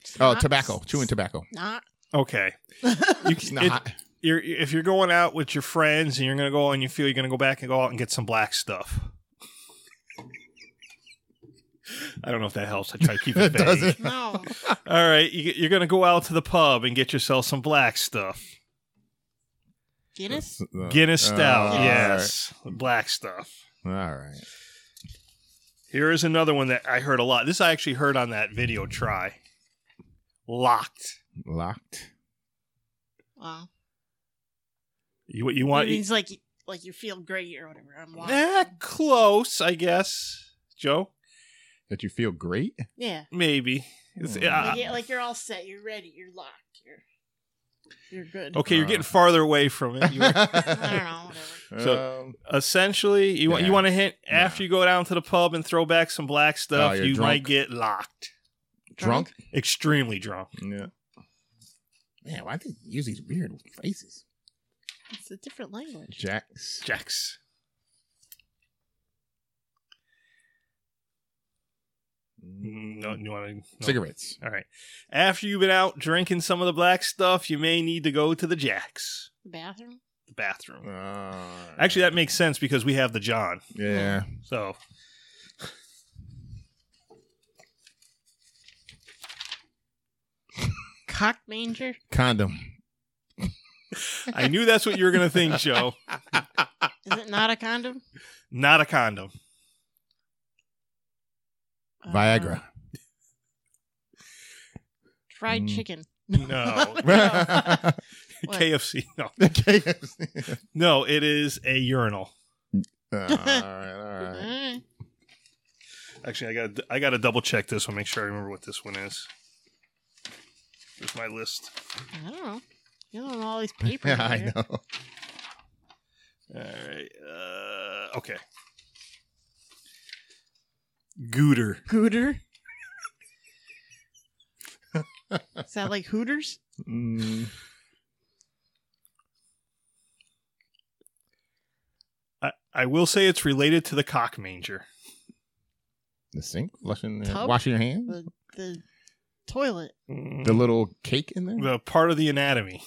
It's
Oh,
not-
tobacco. Chewing tobacco.
Not.
Okay. You
It's
can, it-
not.
you're if you're going out with your friends and you're gonna go and you feel you're gonna go back and go out and get some black stuff. I don't know if that helps. I try to keep it
It
vague.
doesn't.
No.
All right, you, you're gonna go out to the pub and get yourself some black stuff.
Guinness?
Uh,
Guinness stout,
all right.
yes, black stuff.
All right.
Here is another one that I heard a lot. This I actually heard on that video try. Locked.
Locked.
Wow.
You you want?
it means like, you- like you feel great or whatever. I'm lost.
Eh, close, I guess. Joe,
That you feel great?
Yeah.
maybe. It's-
Hmm.
uh,
Like, yeah, like you're all set. You're ready. You're locked. You're, you're good.
Okay, you're
Uh.
getting farther away from it. You
I
were-
don't know. Whatever.
So-
Um,
essentially, you want you
Yeah.
want to hint after you go down to the pub and throw back some black stuff,
Oh, you're
you
drunk.
might get locked.
drunk?
Extremely drunk.
Yeah. Man, why do they use these weird phrases?
It's a different language.
Jacks.
Jax. No, you want to
Mm. Cigarettes.
All right. After you've been out drinking some of the black stuff, you may need to go to the Jacks,
Bathroom?
the bathroom.
Uh,
Actually, that makes sense because we have the John.
yeah.
So
Cock manger?
Condom.
I knew that's what you were going to think, Joe.
Is it not a condom?
Not a condom.
Uh,
Viagra.
fried
Mm.
chicken.
No.
No. What?
KFC. No.
KFC.
No, it is a urinal.
all right, all right.
Mm.
Actually, I got I got to double check this one, make sure I remember what this one is. Here's my list.
I don't know. You don't know all these papers.
Yeah, I
here.
know.
All right. Uh, okay. Gooter.
Hooter? Is that like Hooters?
Mm,
I, I will say it's related to the cock manger.
the sink, flushing, uh,
Tub?
washing your hands.
The, the toilet?
The little cake in there.
The part of the anatomy.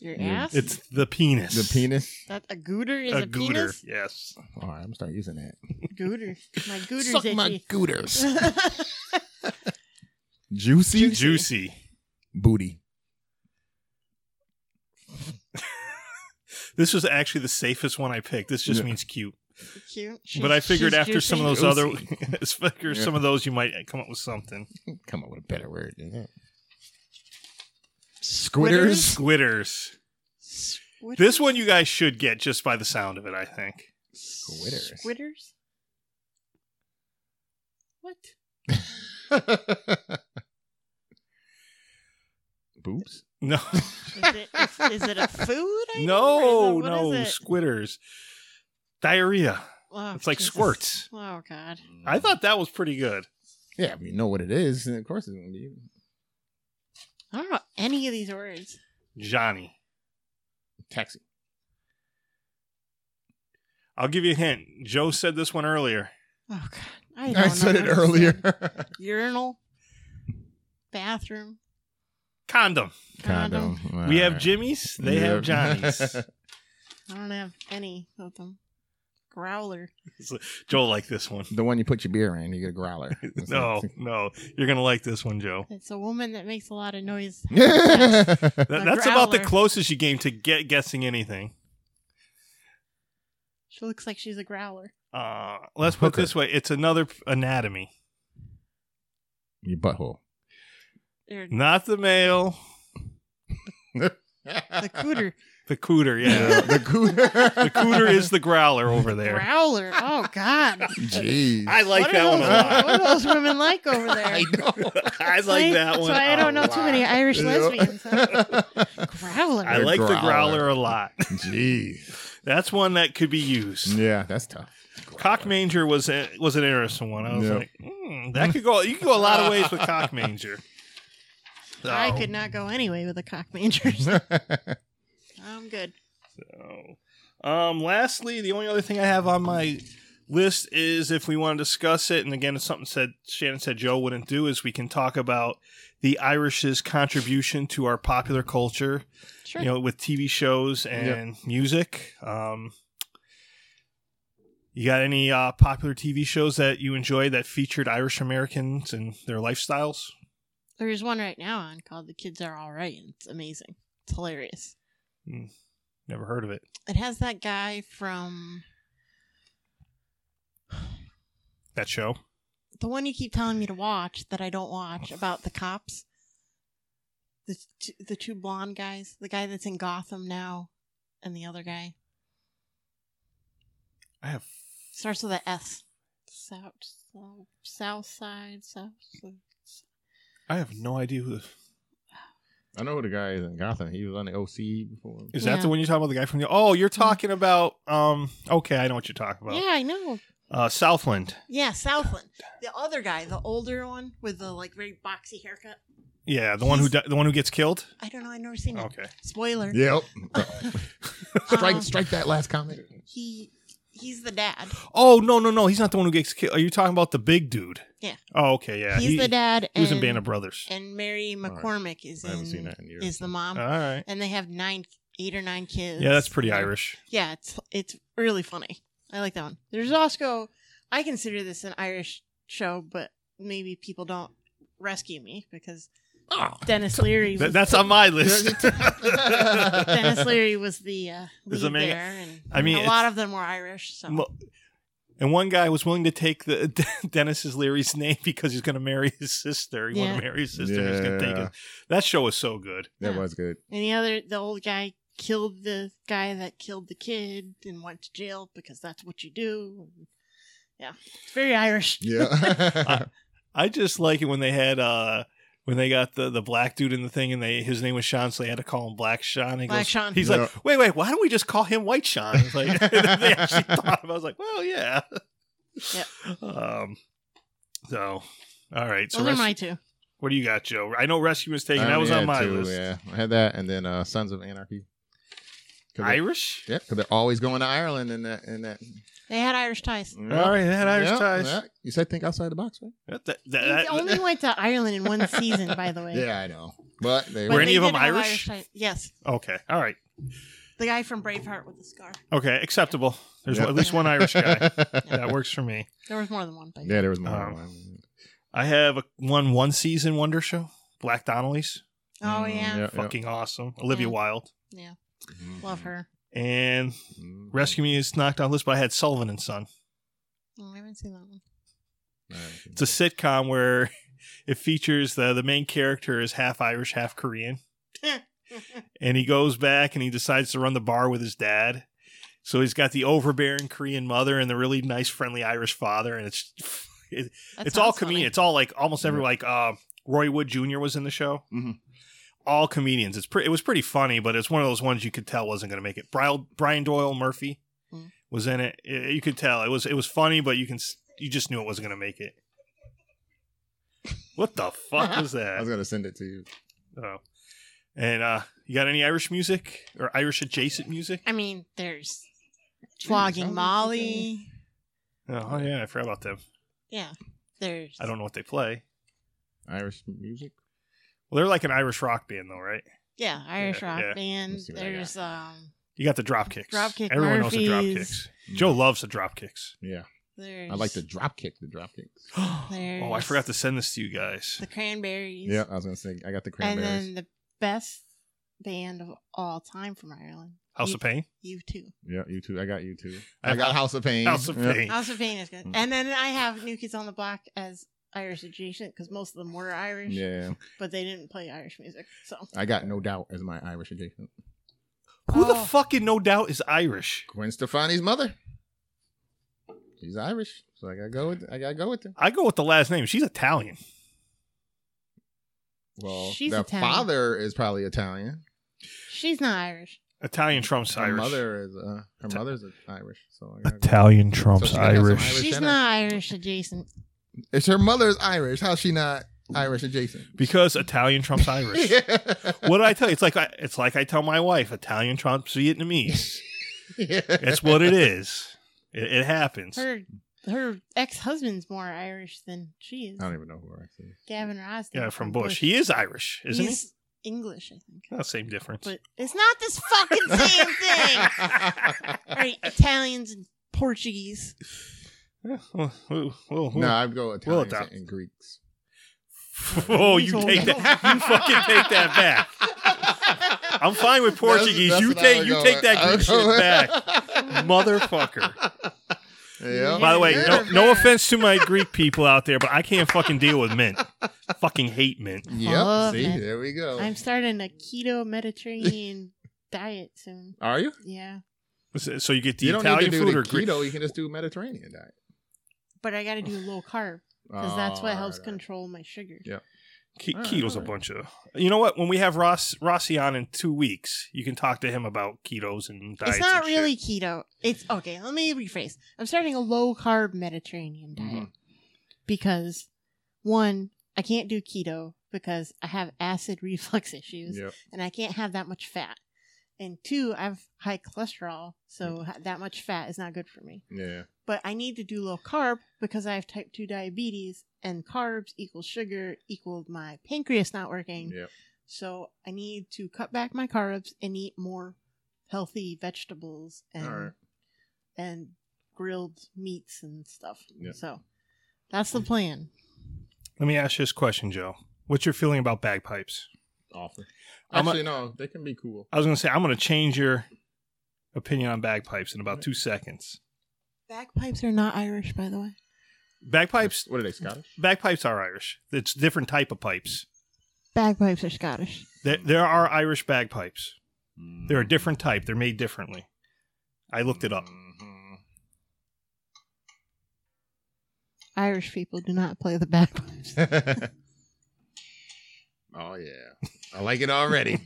Your
Your-
ass?
It's the penis.
The penis.
that a gooter is a,
a gooter.
penis?
Yes.
All right, I'm gonna start using that.
Gooter. My gooter's
Suck
itchy.
my gooters. Juicy,
Juicy.
booty.
This was actually the safest one I picked. This just
Yeah.
means cute.
Cute.
but I
She's-
figured
she's
after some of those
juicy.
other,
Juicy.
I figured
Yeah.
some of those you might come up with something.
Come up with a better word. than that.
Squitters?
Squitters.
Squitters?
This one you guys should get just by the sound of it, I think.
Squitters.
Squitters? What?
Boobs.
No,
Is it, is, is it a food? item,
no,
or is it- what
no,
is it?
squitters, diarrhea.
Oh,
It's like
Jesus.
squirts.
Oh God.
I thought that was pretty good.
Yeah, if you know what it is, then of course it's gonna be.
I don't know any of these words.
Johnny,
Taxi.
I'll give you a hint. Joe said this one earlier.
Oh God. I, don't
I
know
said it
what he
earlier.
said. Urinal, bathroom,
Condom.
condom.
we have
Alright.
Jimmy's. They have
Yep.
Johnny's.
I don't have any of them. Growler.
Joe liked this one.
the one you put your beer in. You get a growler. It's
No,
like-
no, you're gonna like this one, Joe.
It's a woman that makes a lot of noise.
That-
A
that's about the
growler.
closest you came to get guessing anything.
She looks like she's a growler.
Uh, let's put it
Hooker.
this way: it's another p- anatomy,
your butthole.
Or
not the male,
the cooter.
the cooter.
Yeah,
Yeah,
the cooter.
the cooter is the growler over there.
Growler. Oh God.
Jeez.
I like
what,
that
are
one
those,
a
what
lot.
are those women like over there?
I know.
I like
See?
that
That's
one.
why I don't
a
know too
lot.
many Irish lesbians.
Jeez.
Growler.
I
The
like the
growler.
growler a lot. That's one that could be used.
Yeah, that's tough.
Cock manger was a, was an interesting one. I was
Yeah.
like, mm, that could go. You could go a lot of ways with cock manger.
I
So-
could not go anyway with a cock mangers. I'm good.
So, um, lastly, the only other thing I have on my list is if we want to discuss it, and again, it's something said Shannon said Joe wouldn't do, is we can talk about the Irish's contribution to our popular culture,
Sure.
you know, with TV shows and music. Um, you got any uh, popular TV shows that you enjoy that featured Irish Americans and their lifestyles?
There's one right now on called The Kids Are All Right. and It's amazing. It's hilarious.
Never heard of it.
It has that guy from
That show.
the one you keep telling me to watch that I don't watch about the cops. The t- the two blonde guys, the guy that's in Gotham now, and the other guy
I have
starts with a S. South South South Side South.
I have no idea who. The,
I know the guy is in Gotham. He was on the OC before.
Is
Yeah.
that the one you're talking about? The guy from the Oh, you're talking about um okay, I know what you're talking about.
yeah, I know.
Uh Southland.
Yeah, Southland. The other guy, the older one with the like very boxy haircut.
Yeah, the one who di- the one who gets killed?
I don't know. I've never seen it.
Okay.
Spoiler.
Yep.
Um,
strike, strike that last comment.
He he's the dad.
Oh, no, no, no. He's not the one who gets killed. Are you talking about the big dude?
Yeah.
Oh, okay, yeah.
he's
he,
the dad.
he was in
and-
Band of Brothers.
And Mary
right.
McCormick is
I haven't seen
in
that in years.
is the mom,
All right.
and um, they have nine, eight or nine kids.
Uh, Yeah, that's pretty Irish.
Yeah, it's it's really funny. I like that one. There's also I consider this an Irish show, but maybe people don't rescue me because Dennis Leary.
Th-
Was,
that's on my list.
Dennis Leary was the uh, lead
Is the main-
there, and
I mean,
a lot of them were Irish. So
Mo- and one guy was willing to take the Dennis's Leary's name because he's going to marry his sister. He
Yeah.
wanted to marry his sister. He was going to take
Yeah.
it. That show was so good.
That was good.
And the other, the old guy killed the guy that killed the kid and went to jail because that's what you do. Yeah, it's very Irish.
Yeah.
I just like it when they had uh when they got the the black dude in the thing and they his name was Sean, so they had to call him Black Sean. He
Black
goes,
Sean.
He's
Yeah.
like, wait, wait, why don't we just call him White Sean? It's like they actually thought of. it. I was like, well, yeah. Um. So, all right. So,
Those are
Rescue-
my two.
what do you got, Joe? I know Rescue was taken.
I
That was
only
on
had
my
two,
list.
Oh, Yeah, I had that, and then uh, Sons of Anarchy. Cause they,
Irish.
yeah, 'cause they're always going to Ireland in that. In that.
They had Irish ties.
All right, they had Irish
Yeah,
ties.
yeah. You said think outside the box, right?
That- that- that-
They only went to Ireland in one season, by the way.
Yeah, I know. But they
But
Were
were.
any
they
of them
did have
Irish?
ties. Yes,
okay. All right.
the guy from Braveheart with the scar.
Okay. Acceptable. There's
Yeah.
at least one Irish guy that works for me.
There was more than one, but
yeah, there was more.
Um, I have a, one one season wonder show, Black Donnelly's.
oh
Mm,
yeah,
yeah.
Fucking awesome. Olivia
Yeah.
Wilde.
love her.
And
Mm.
Rescue Me is knocked on the list, but I had Sullivan and Son.
Oh, I haven't seen that one.
Alright.
It's a sitcom where it features the the main character is half Irish, half Korean. and he goes back and he decides to run the bar with his dad. So he's got the overbearing Korean mother and the really nice, friendly Irish father, and it's it,
That
it's all
sounds funny.
comedian. It's all like almost every
Yeah.
like uh, Roy Wood Jr. was in the show.
Mhm.
all comedians. It's pre- it was pretty funny, but it's one of those ones you could tell wasn't going to make it. Brian, Brian Doyle Murphy
Mm.
was in it. I- You could tell it was it was funny, but you can s- you just knew it wasn't going to make it. What the fuck was
I
that?
was gonna send it to you.
Oh. And uh, you got any Irish music or Irish adjacent music?
I mean, there's
I
Flogging
was
Molly.
Oh, oh, yeah, I forgot about them.
Yeah. There's
I don't know what they play.
Irish music.
Well, they're like an Irish rock band, though, right?
Yeah, Irish
Yeah,
rock
yeah.
band.
Let's see what I got.
There's um
You got the Dropkicks.
Dropkick
Everyone knows the Dropkicks.
Murphys.
Joe
Mm.
loves the Dropkicks.
Yeah,
there's
I like to drop kick the drop kicks.
oh, I
There's-
forgot to send this to you guys.
the cranberries.
Yeah, I was gonna say I got the
And
cranberries.
then the best band of all time from Ireland.
House of Pain.
You too.
yeah, you too. I got you too.
I
I,
have
got House of Pain.
House of
Yeah.
Pain.
House of Pain is good.
Mm.
And then I have New Kids on the Block as Irish adjacent because most of them were Irish,
Yeah,
but they didn't play Irish music. So
I got no doubt as my Irish adjacent.
Who the
Oh.
fucking no doubt is Irish?
Gwen Stefani's mother. She's Irish, so I gotta go with. I gotta go with her.
I go with the last name. She's Italian.
Well,
She's
the
Italian.
father is probably Italian.
she's not Irish.
Italian trumps
Her
Irish.
mother is. Uh, her
Ita-
mother's Irish. So I gotta go.
Italian trumps
So she got some
Irish.
Irish-
she's
in her.
not Irish adjacent.
It's her mother's Irish. How's she not Irish adjacent?
Because Italian trumps Irish.
yeah.
What do I tell you? It's like I, it's like I tell my wife, Italian trumps Vietnamese. That's what it is. It, it happens.
Her
Mm.
her ex husband's more Irish than she is.
I don't even know who Irish is.
Gavin Rosdale.
Oh, Yeah, from Bush. He is Irish, isn't
He's English, I think.
he? Not same difference.
But it's not this fucking same thing. All right, Italians and Portuguese.
Yeah, well, well, well,
No, I'd go
Well,
Italians
it's-
and Greeks.
Oh, you take that. You fucking take that back. I'm fine with Portuguese.
That's-
you
that's what I
take
would
you
go
take
with.
that
I
Greek
would go
shit
with-
back, motherfucker.
Yeah.
By the way, no,
Yeah.
no offense to my Greek people out there, but I can't fucking deal with mint. Fucking hate mint.
Yep.
Love
See,
it.
there we
Oh.
go.
I'm starting a keto Mediterranean diet soon.
Are you?
Yeah.
So you get the
you don't need
Italian
to do
food
the
or Greek.
keto. You can just do Mediterranean diet
But I got to do low carb because that's
Oh,
what
all
helps
right, all right.
control my sugar.
Yeah.
Ke-
All right,
Keto's
all
a
right.
bunch of. You know what? When we have Ross Rossi on in two weeks, you can talk to him about ketos and diets.
it's not
and shit.
really keto. It's okay. Let me rephrase. I'm starting a low carb Mediterranean diet
Mhm.
because one, I can't do keto because I have acid reflux issues
Yep.
and I can't have that much fat. And two, I have high cholesterol, so ha- that much fat is not good for me.
Yeah.
But I need to do low carb because I have type 2 diabetes and carbs equal sugar equal my pancreas not working.
Yep.
So I need to cut back my carbs and eat more healthy vegetables and
Alright.
and grilled meats and stuff.
Yeah.
So that's the plan.
Let me ask you this question, Joe. What's your feeling about bagpipes?
Awful.
I'm a-
Actually, no. They can be cool.
I was going to say I'm going to change your opinion on bagpipes in about two seconds.
Bagpipes are not Irish, by the way.
Bagpipes,
What are they? Scottish?
bagpipes are Irish. It's different type of pipes.
Bagpipes are Scottish.
There, there are Irish bagpipes. They're a different type. They're made differently. I looked it up.
Mhm.
Irish people do not play the bagpipes.
oh yeah, I like it already.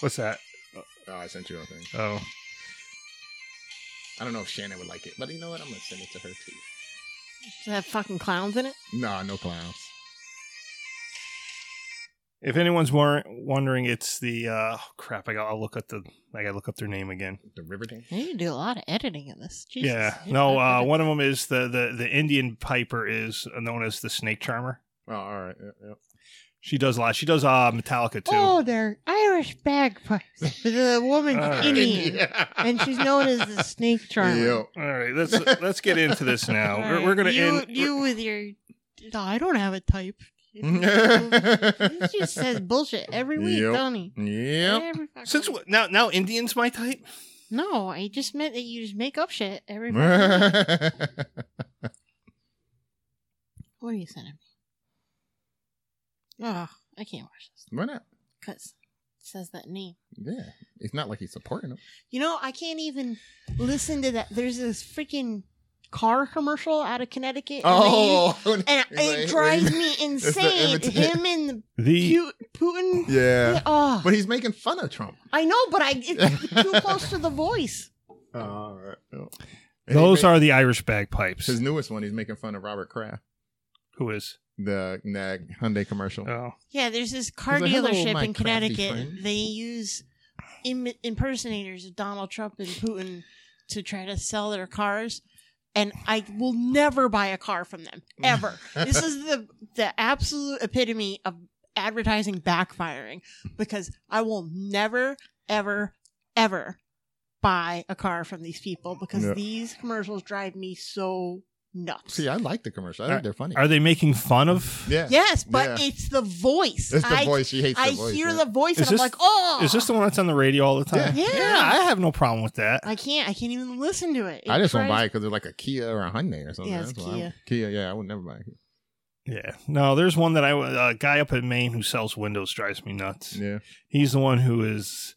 What's that?
oh, I sent you a thing.
Oh,
I don't know if Shannon would like it, but you know what? I'm gonna send it to her too.
Does that have fucking clowns in it?
Nah, no clowns.
if anyone's war- wondering, it's the uh, crap. I got. I'll look up the. I got to look up their name again.
The Riverdale.
You need to do a lot of editing in this. Jesus.
Yeah. No. Uh, one of them is the the the Indian piper is known as the snake charmer.
Oh, all right. Yep, yep.
She does a lot. She does uh, Metallica too.
Oh, they're Irish bagpipes. the woman's
All right.
Indian. And she's known as the snake charmer.
Yep.
All right, let's let's get into this now.
All
We're,
right,
we're gonna
you,
end.
you with your. No, I don't have a type. He just says bullshit every week,
Yep.
don't he?
Yep.
Every fucking
Since
week.
wh- now now Indians my type.
no, I just meant that you just make up shit every. fucking week.
All
what are you sending me? Oh, I can't watch this
Why not?
because it says that name.
Yeah, it's not like he's supporting him.
You know, I can't even listen to that. There's this freaking car commercial out of Connecticut. and they use-
Oh,
and it drives me insane.
imita-
Him and
The
Pu- Putin.
Yeah,
Oh,
but he's making fun of Trump.
I know, but I it's too close to the voice.
Oh, all right.
those are the Irish bagpipes.
his newest one. He's making fun of Robert Kraft,
Who is?
the nag Hyundai commercial.
Oh,
Yeah, there's this car
He's like, "Hello,
dealership
my
in
crafty
Connecticut.
friend."
They use Im- impersonators of Donald Trump and Putin to try to sell their cars. And I will never buy a car from them ever. this is the the absolute epitome of advertising backfiring because I will never, ever, ever buy a car from these people because
Yeah.
these commercials drive me so nuts.
See, I like the commercial. I think they're funny.
are they making fun of?
yeah.
Yes, but
Yeah.
it's the voice.
It's the
I
voice. She hates
I
the voice.
hear
yeah.
the voice and
Is this-
I'm like, oh,
Is this the one that's on the radio all the time?
Yeah.
I have no problem with that.
I can't. I can't even listen to it.
I just won't buy
drives-
it because they're like a Kia or a Hyundai or something.
Yeah, it's
That's why I'm- Kia, yeah, I would never buy it.
Yeah. No, there's one that I a guy up in Maine who sells windows drives me nuts.
Yeah,
He's the one who is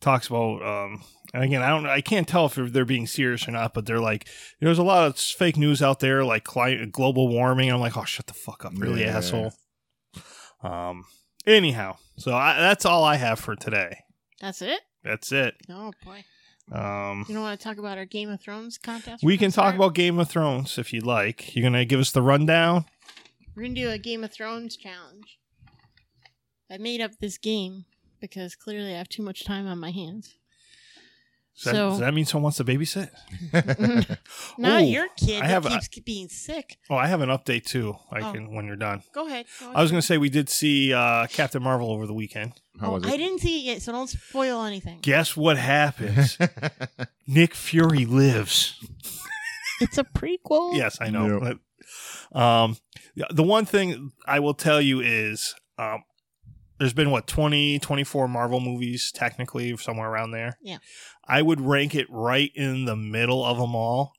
talks about um and again, I don't I can't tell if they're being serious or not, but they're like there's a lot of fake news out there like cli global warming. I'm like, "Oh, shut the fuck up, really
Yeah.
asshole." Um anyhow, so I, that's all I have for today.
That's it.
That's it.
Oh boy,
Um
you don't want to talk about our Game of Thrones contest?
we
we're
can
gonna
talk
start?
about Game of Thrones if you'd like. You're going to give us the rundown?
We're gonna do a Game of Thrones challenge. I made up this game because clearly I have too much time on my hands.
Does that,
So-
does that mean someone wants to babysit?
Not
Ooh,
your kid
I have a-
that keeps being sick.
Oh, I have an update too. I
Oh.
can when you're done.
Go ahead. go
I was
ahead.
going to say we did see uh, Captain Marvel over the weekend.
how
Oh,
was
I
it?
didn't see it yet, so don't spoil anything.
Guess what happens? Nick Fury lives.
It's a prequel.
Yes, I know. But, Um, yeah, the one thing I will tell you is um, there's been what 20, 24 Marvel movies technically somewhere around there.
Yeah.
I would rank it right in the middle of them all.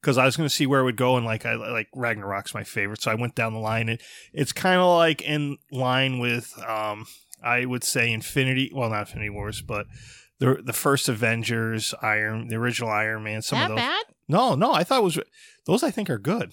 Because I was going to see where it would go, and like I like Ragnarok's my favorite, so I went down the line. It it's kind of like in line with um I would say Infinity, well not Infinity Wars, but the the first Avengers, Iron, the original Iron Man, some
that
of those.
bad?
No, no, I thought it was those. I think are good.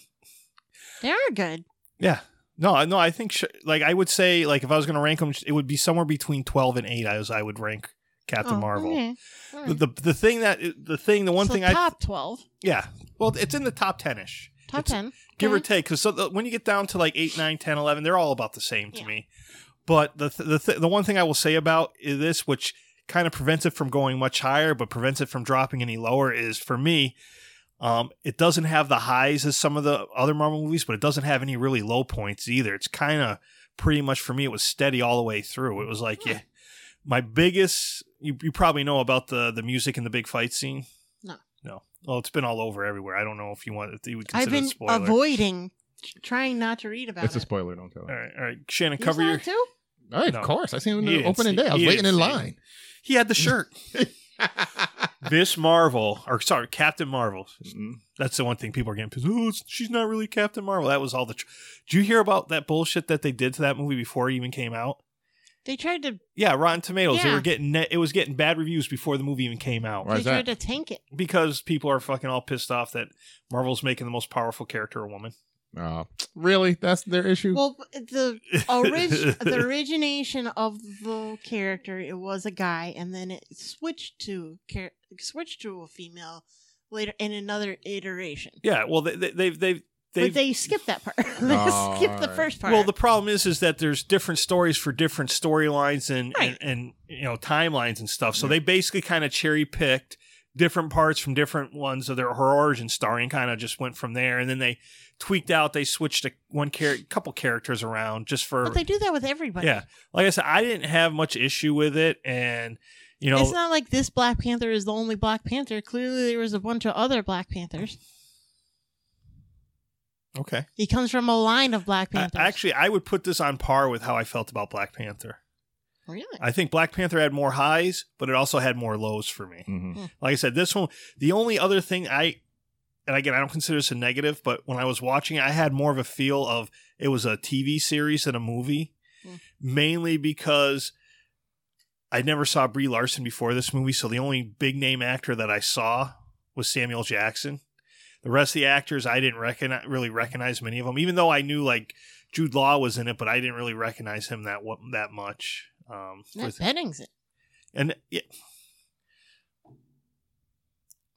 They are good.
Yeah. No, I- no, I think sh- like I would say like if I was going to rank them, it would be somewhere between twelve and eight. As I would rank Captain
Oh,
Marvel.
okay. All right.
The, the the thing that the thing the one
So
thing I
top twelve,
yeah well it's in the top ten ish
top
It's-
ten.
give or
Okay.
take because so the- when you get down to like 8 9 10 11 they're all about the same to
Yeah.
me but the th- the, th- the one thing i will say about i- this which kind of prevents it from going much higher but prevents it from dropping any lower is for me um, it doesn't have the highs as some of the other marvel movies but it doesn't have any really low points either it's kind of pretty much for me it was steady all the way through it was like yeah my biggest you, you probably know about the the music and the big fight scene
No.
no well it's been all over everywhere i don't know if you want if you would consider
I've
it
been
a spoiler.
avoiding t- trying not to read about
it's
it.
a spoiler. Don't tell.
All
It.
right, all right. Shannon,
You
cover
saw
your.
it too?
All right,
No.
of course. I seen him
He
in the
didn't
opening
see-
day. I was
he
waiting
didn't
in
see
line.
He had the shirt. this Marvel, or sorry, Captain Marvel. That's the one thing people are getting pissed. Oh, it's- she's not really Captain Marvel. That was all the. Tr- Did you hear about that bullshit that they did to that movie before it even came out?
They tried to
Yeah, Rotten Tomatoes. They
Yeah.
were getting net, it was getting bad reviews before the movie even came out
Why
they
is that?
tried to tank it.
because people are fucking all pissed off that Marvel's making the most powerful character a woman.
Oh, really? That's their issue.
Well, the orig- the origination of the character it was a guy, and then it switched to char- switched to a female later in another iteration.
Yeah, well, they, they, they've they've
But
they've
they skipped that part. they
Oh,
skipped the
alright.
first part.
Well, the problem is, is that there's different stories for different storylines and,
Right.
and and you know timelines and stuff. So
Yeah.
they basically kind of cherry picked different parts from different ones of their her origin story and kind of just went from there. And then they tweaked out, they switched a, one char- couple characters around just for
but they do that with everybody.
yeah. Like I said, I didn't have much issue with it, and you know,
it's not like this Black Panther is the only Black Panther. Clearly, there was a bunch of other Black Panthers.
okay.
He comes from a line of Black
I,
Panthers.
actually, I would put this on par with how I felt about Black Panther.
really?
I think Black Panther had more highs, but it also had more lows for me.
Mhm.
like I said, this one, the only other thing I, and again, I don't consider this a negative, but when I was watching, it, I had more of a feel of it was a TV series than a movie,
Mm.
mainly because I never saw Brie Larson before this movie. So the only big name actor that I saw was Samuel Jackson. The rest of the actors, I didn't recognize, really recognize many of them, even though I knew like Jude Law was in it, but I didn't really recognize him that wa- that much. Um,
Matt
with-
Betting's
and yeah,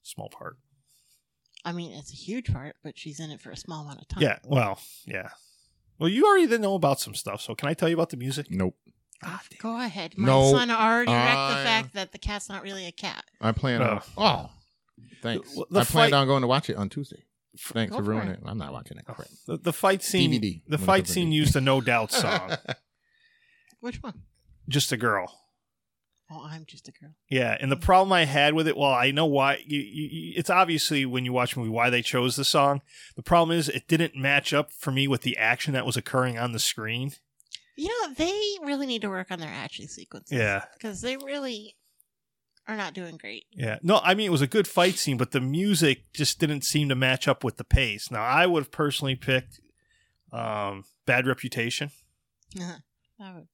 small part.
I mean, it's a huge part, but she's in it for a small amount of time.
Yeah. Well. Yeah. Well, you already didn't know about some stuff, so can I tell you about the music?
Nope.
Ah, damn.
Go ahead. My
No,
son already wrecked
I-
the fact that the cat's not really a cat.
I plan on. Oh, thanks.
The- the
I
fight-
planned on going to watch it on Tuesday. Thanks
Go
for
for
ruining
it.
it. I'm not watching
Oh,
that crap.
The, the fight scene.
DVD.
The
When it
fight
comes on
scene
DVD.
used a No Doubt song.
Which one?
Just a girl.
Oh, I'm just a girl.
Yeah, and the problem I had with it, well, I know why. You, you, you- it's obviously when you watch a movie why they chose the song. The problem is it didn't match up for me with the action that was occurring on the screen.
You know, they really need to work on their action sequences.
Yeah,
Because they really are not doing great.
yeah. No, I mean it was a good fight scene, but the music just didn't seem to match up with the pace. Now, I would have personally picked um, "Bad Reputation."
Uh-huh. I would-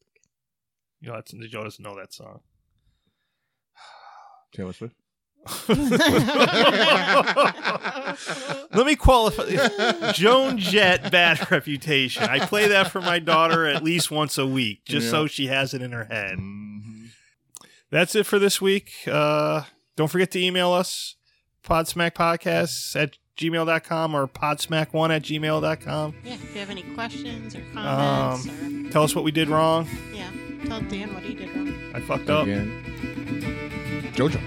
You know, that's, Joe doesn't know that song.
Taylor Swift.
Let me qualify. Joan Jett, bad reputation. I play that for my daughter at least once a week, just so she has it in her head.
Mhm.
That's it for this week. Uh, don't forget to email us, podsmackpodcasts at gmail.com or podsmack1 at gmail.com.
yeah, if you have any questions
Um,
or comments,
Tell us what we did wrong.
or yeah, tell Dan what he did wrong.
I fucked up.
Again. JoJo.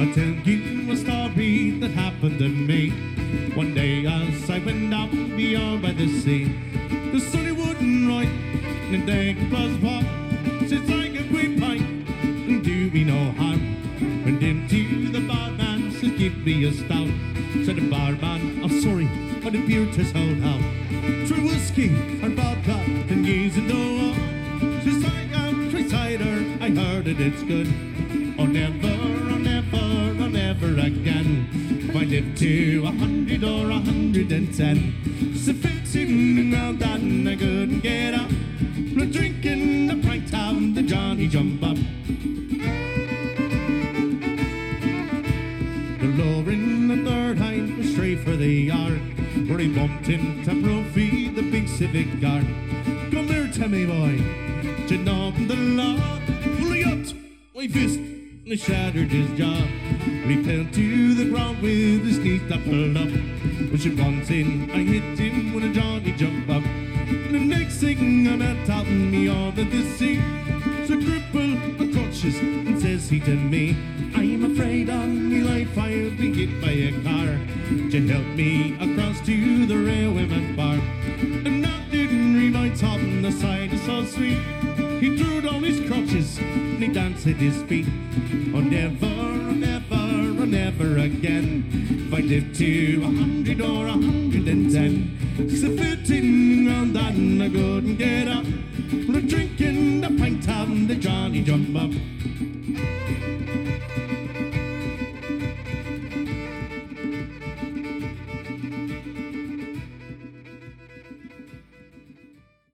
I'll tell you a story that happened to me. One day as I went out beyond by the sea, the sunny wooden right, and the egg was hot. Since I could quit pint, and do we know how? Went into the barman, says give me a stout. Said the barman, I'm sorry, but the beer tastes out now. Three whiskey and vodka, and years in the wall. Just like out, try cider, I heard that it's good. Oh, never, oh, never, oh, never again. If I live to a hundred or a hundred and ten. It's a fixing and all that, and I couldn't get up. No drinking the bright town, the Johnny jump up. The lowering the third hind was straight for the yard, where he bumped into Brophy, the big civic guard. Come here, Timmy boy, to knock the law. Fully up, my fist, and he shattered his jaw. He fell to the ground with his knees doubled up. Pushing once in, I hit him with a Johnny jump up. And the next thing I'm at top me all that this scene. So cripple approaches and says he to me, I am afraid on me life I'll be hit by a car. To help me across to the railwayman bar. And that didn't remind Tom the sight is so sweet. He threw down his crutches and he danced at his feet. Oh never, oh never, oh never again. If I live to a hundred or a hundred and ten, it's a fitting round that and I couldn't get up. Well, I'm drinking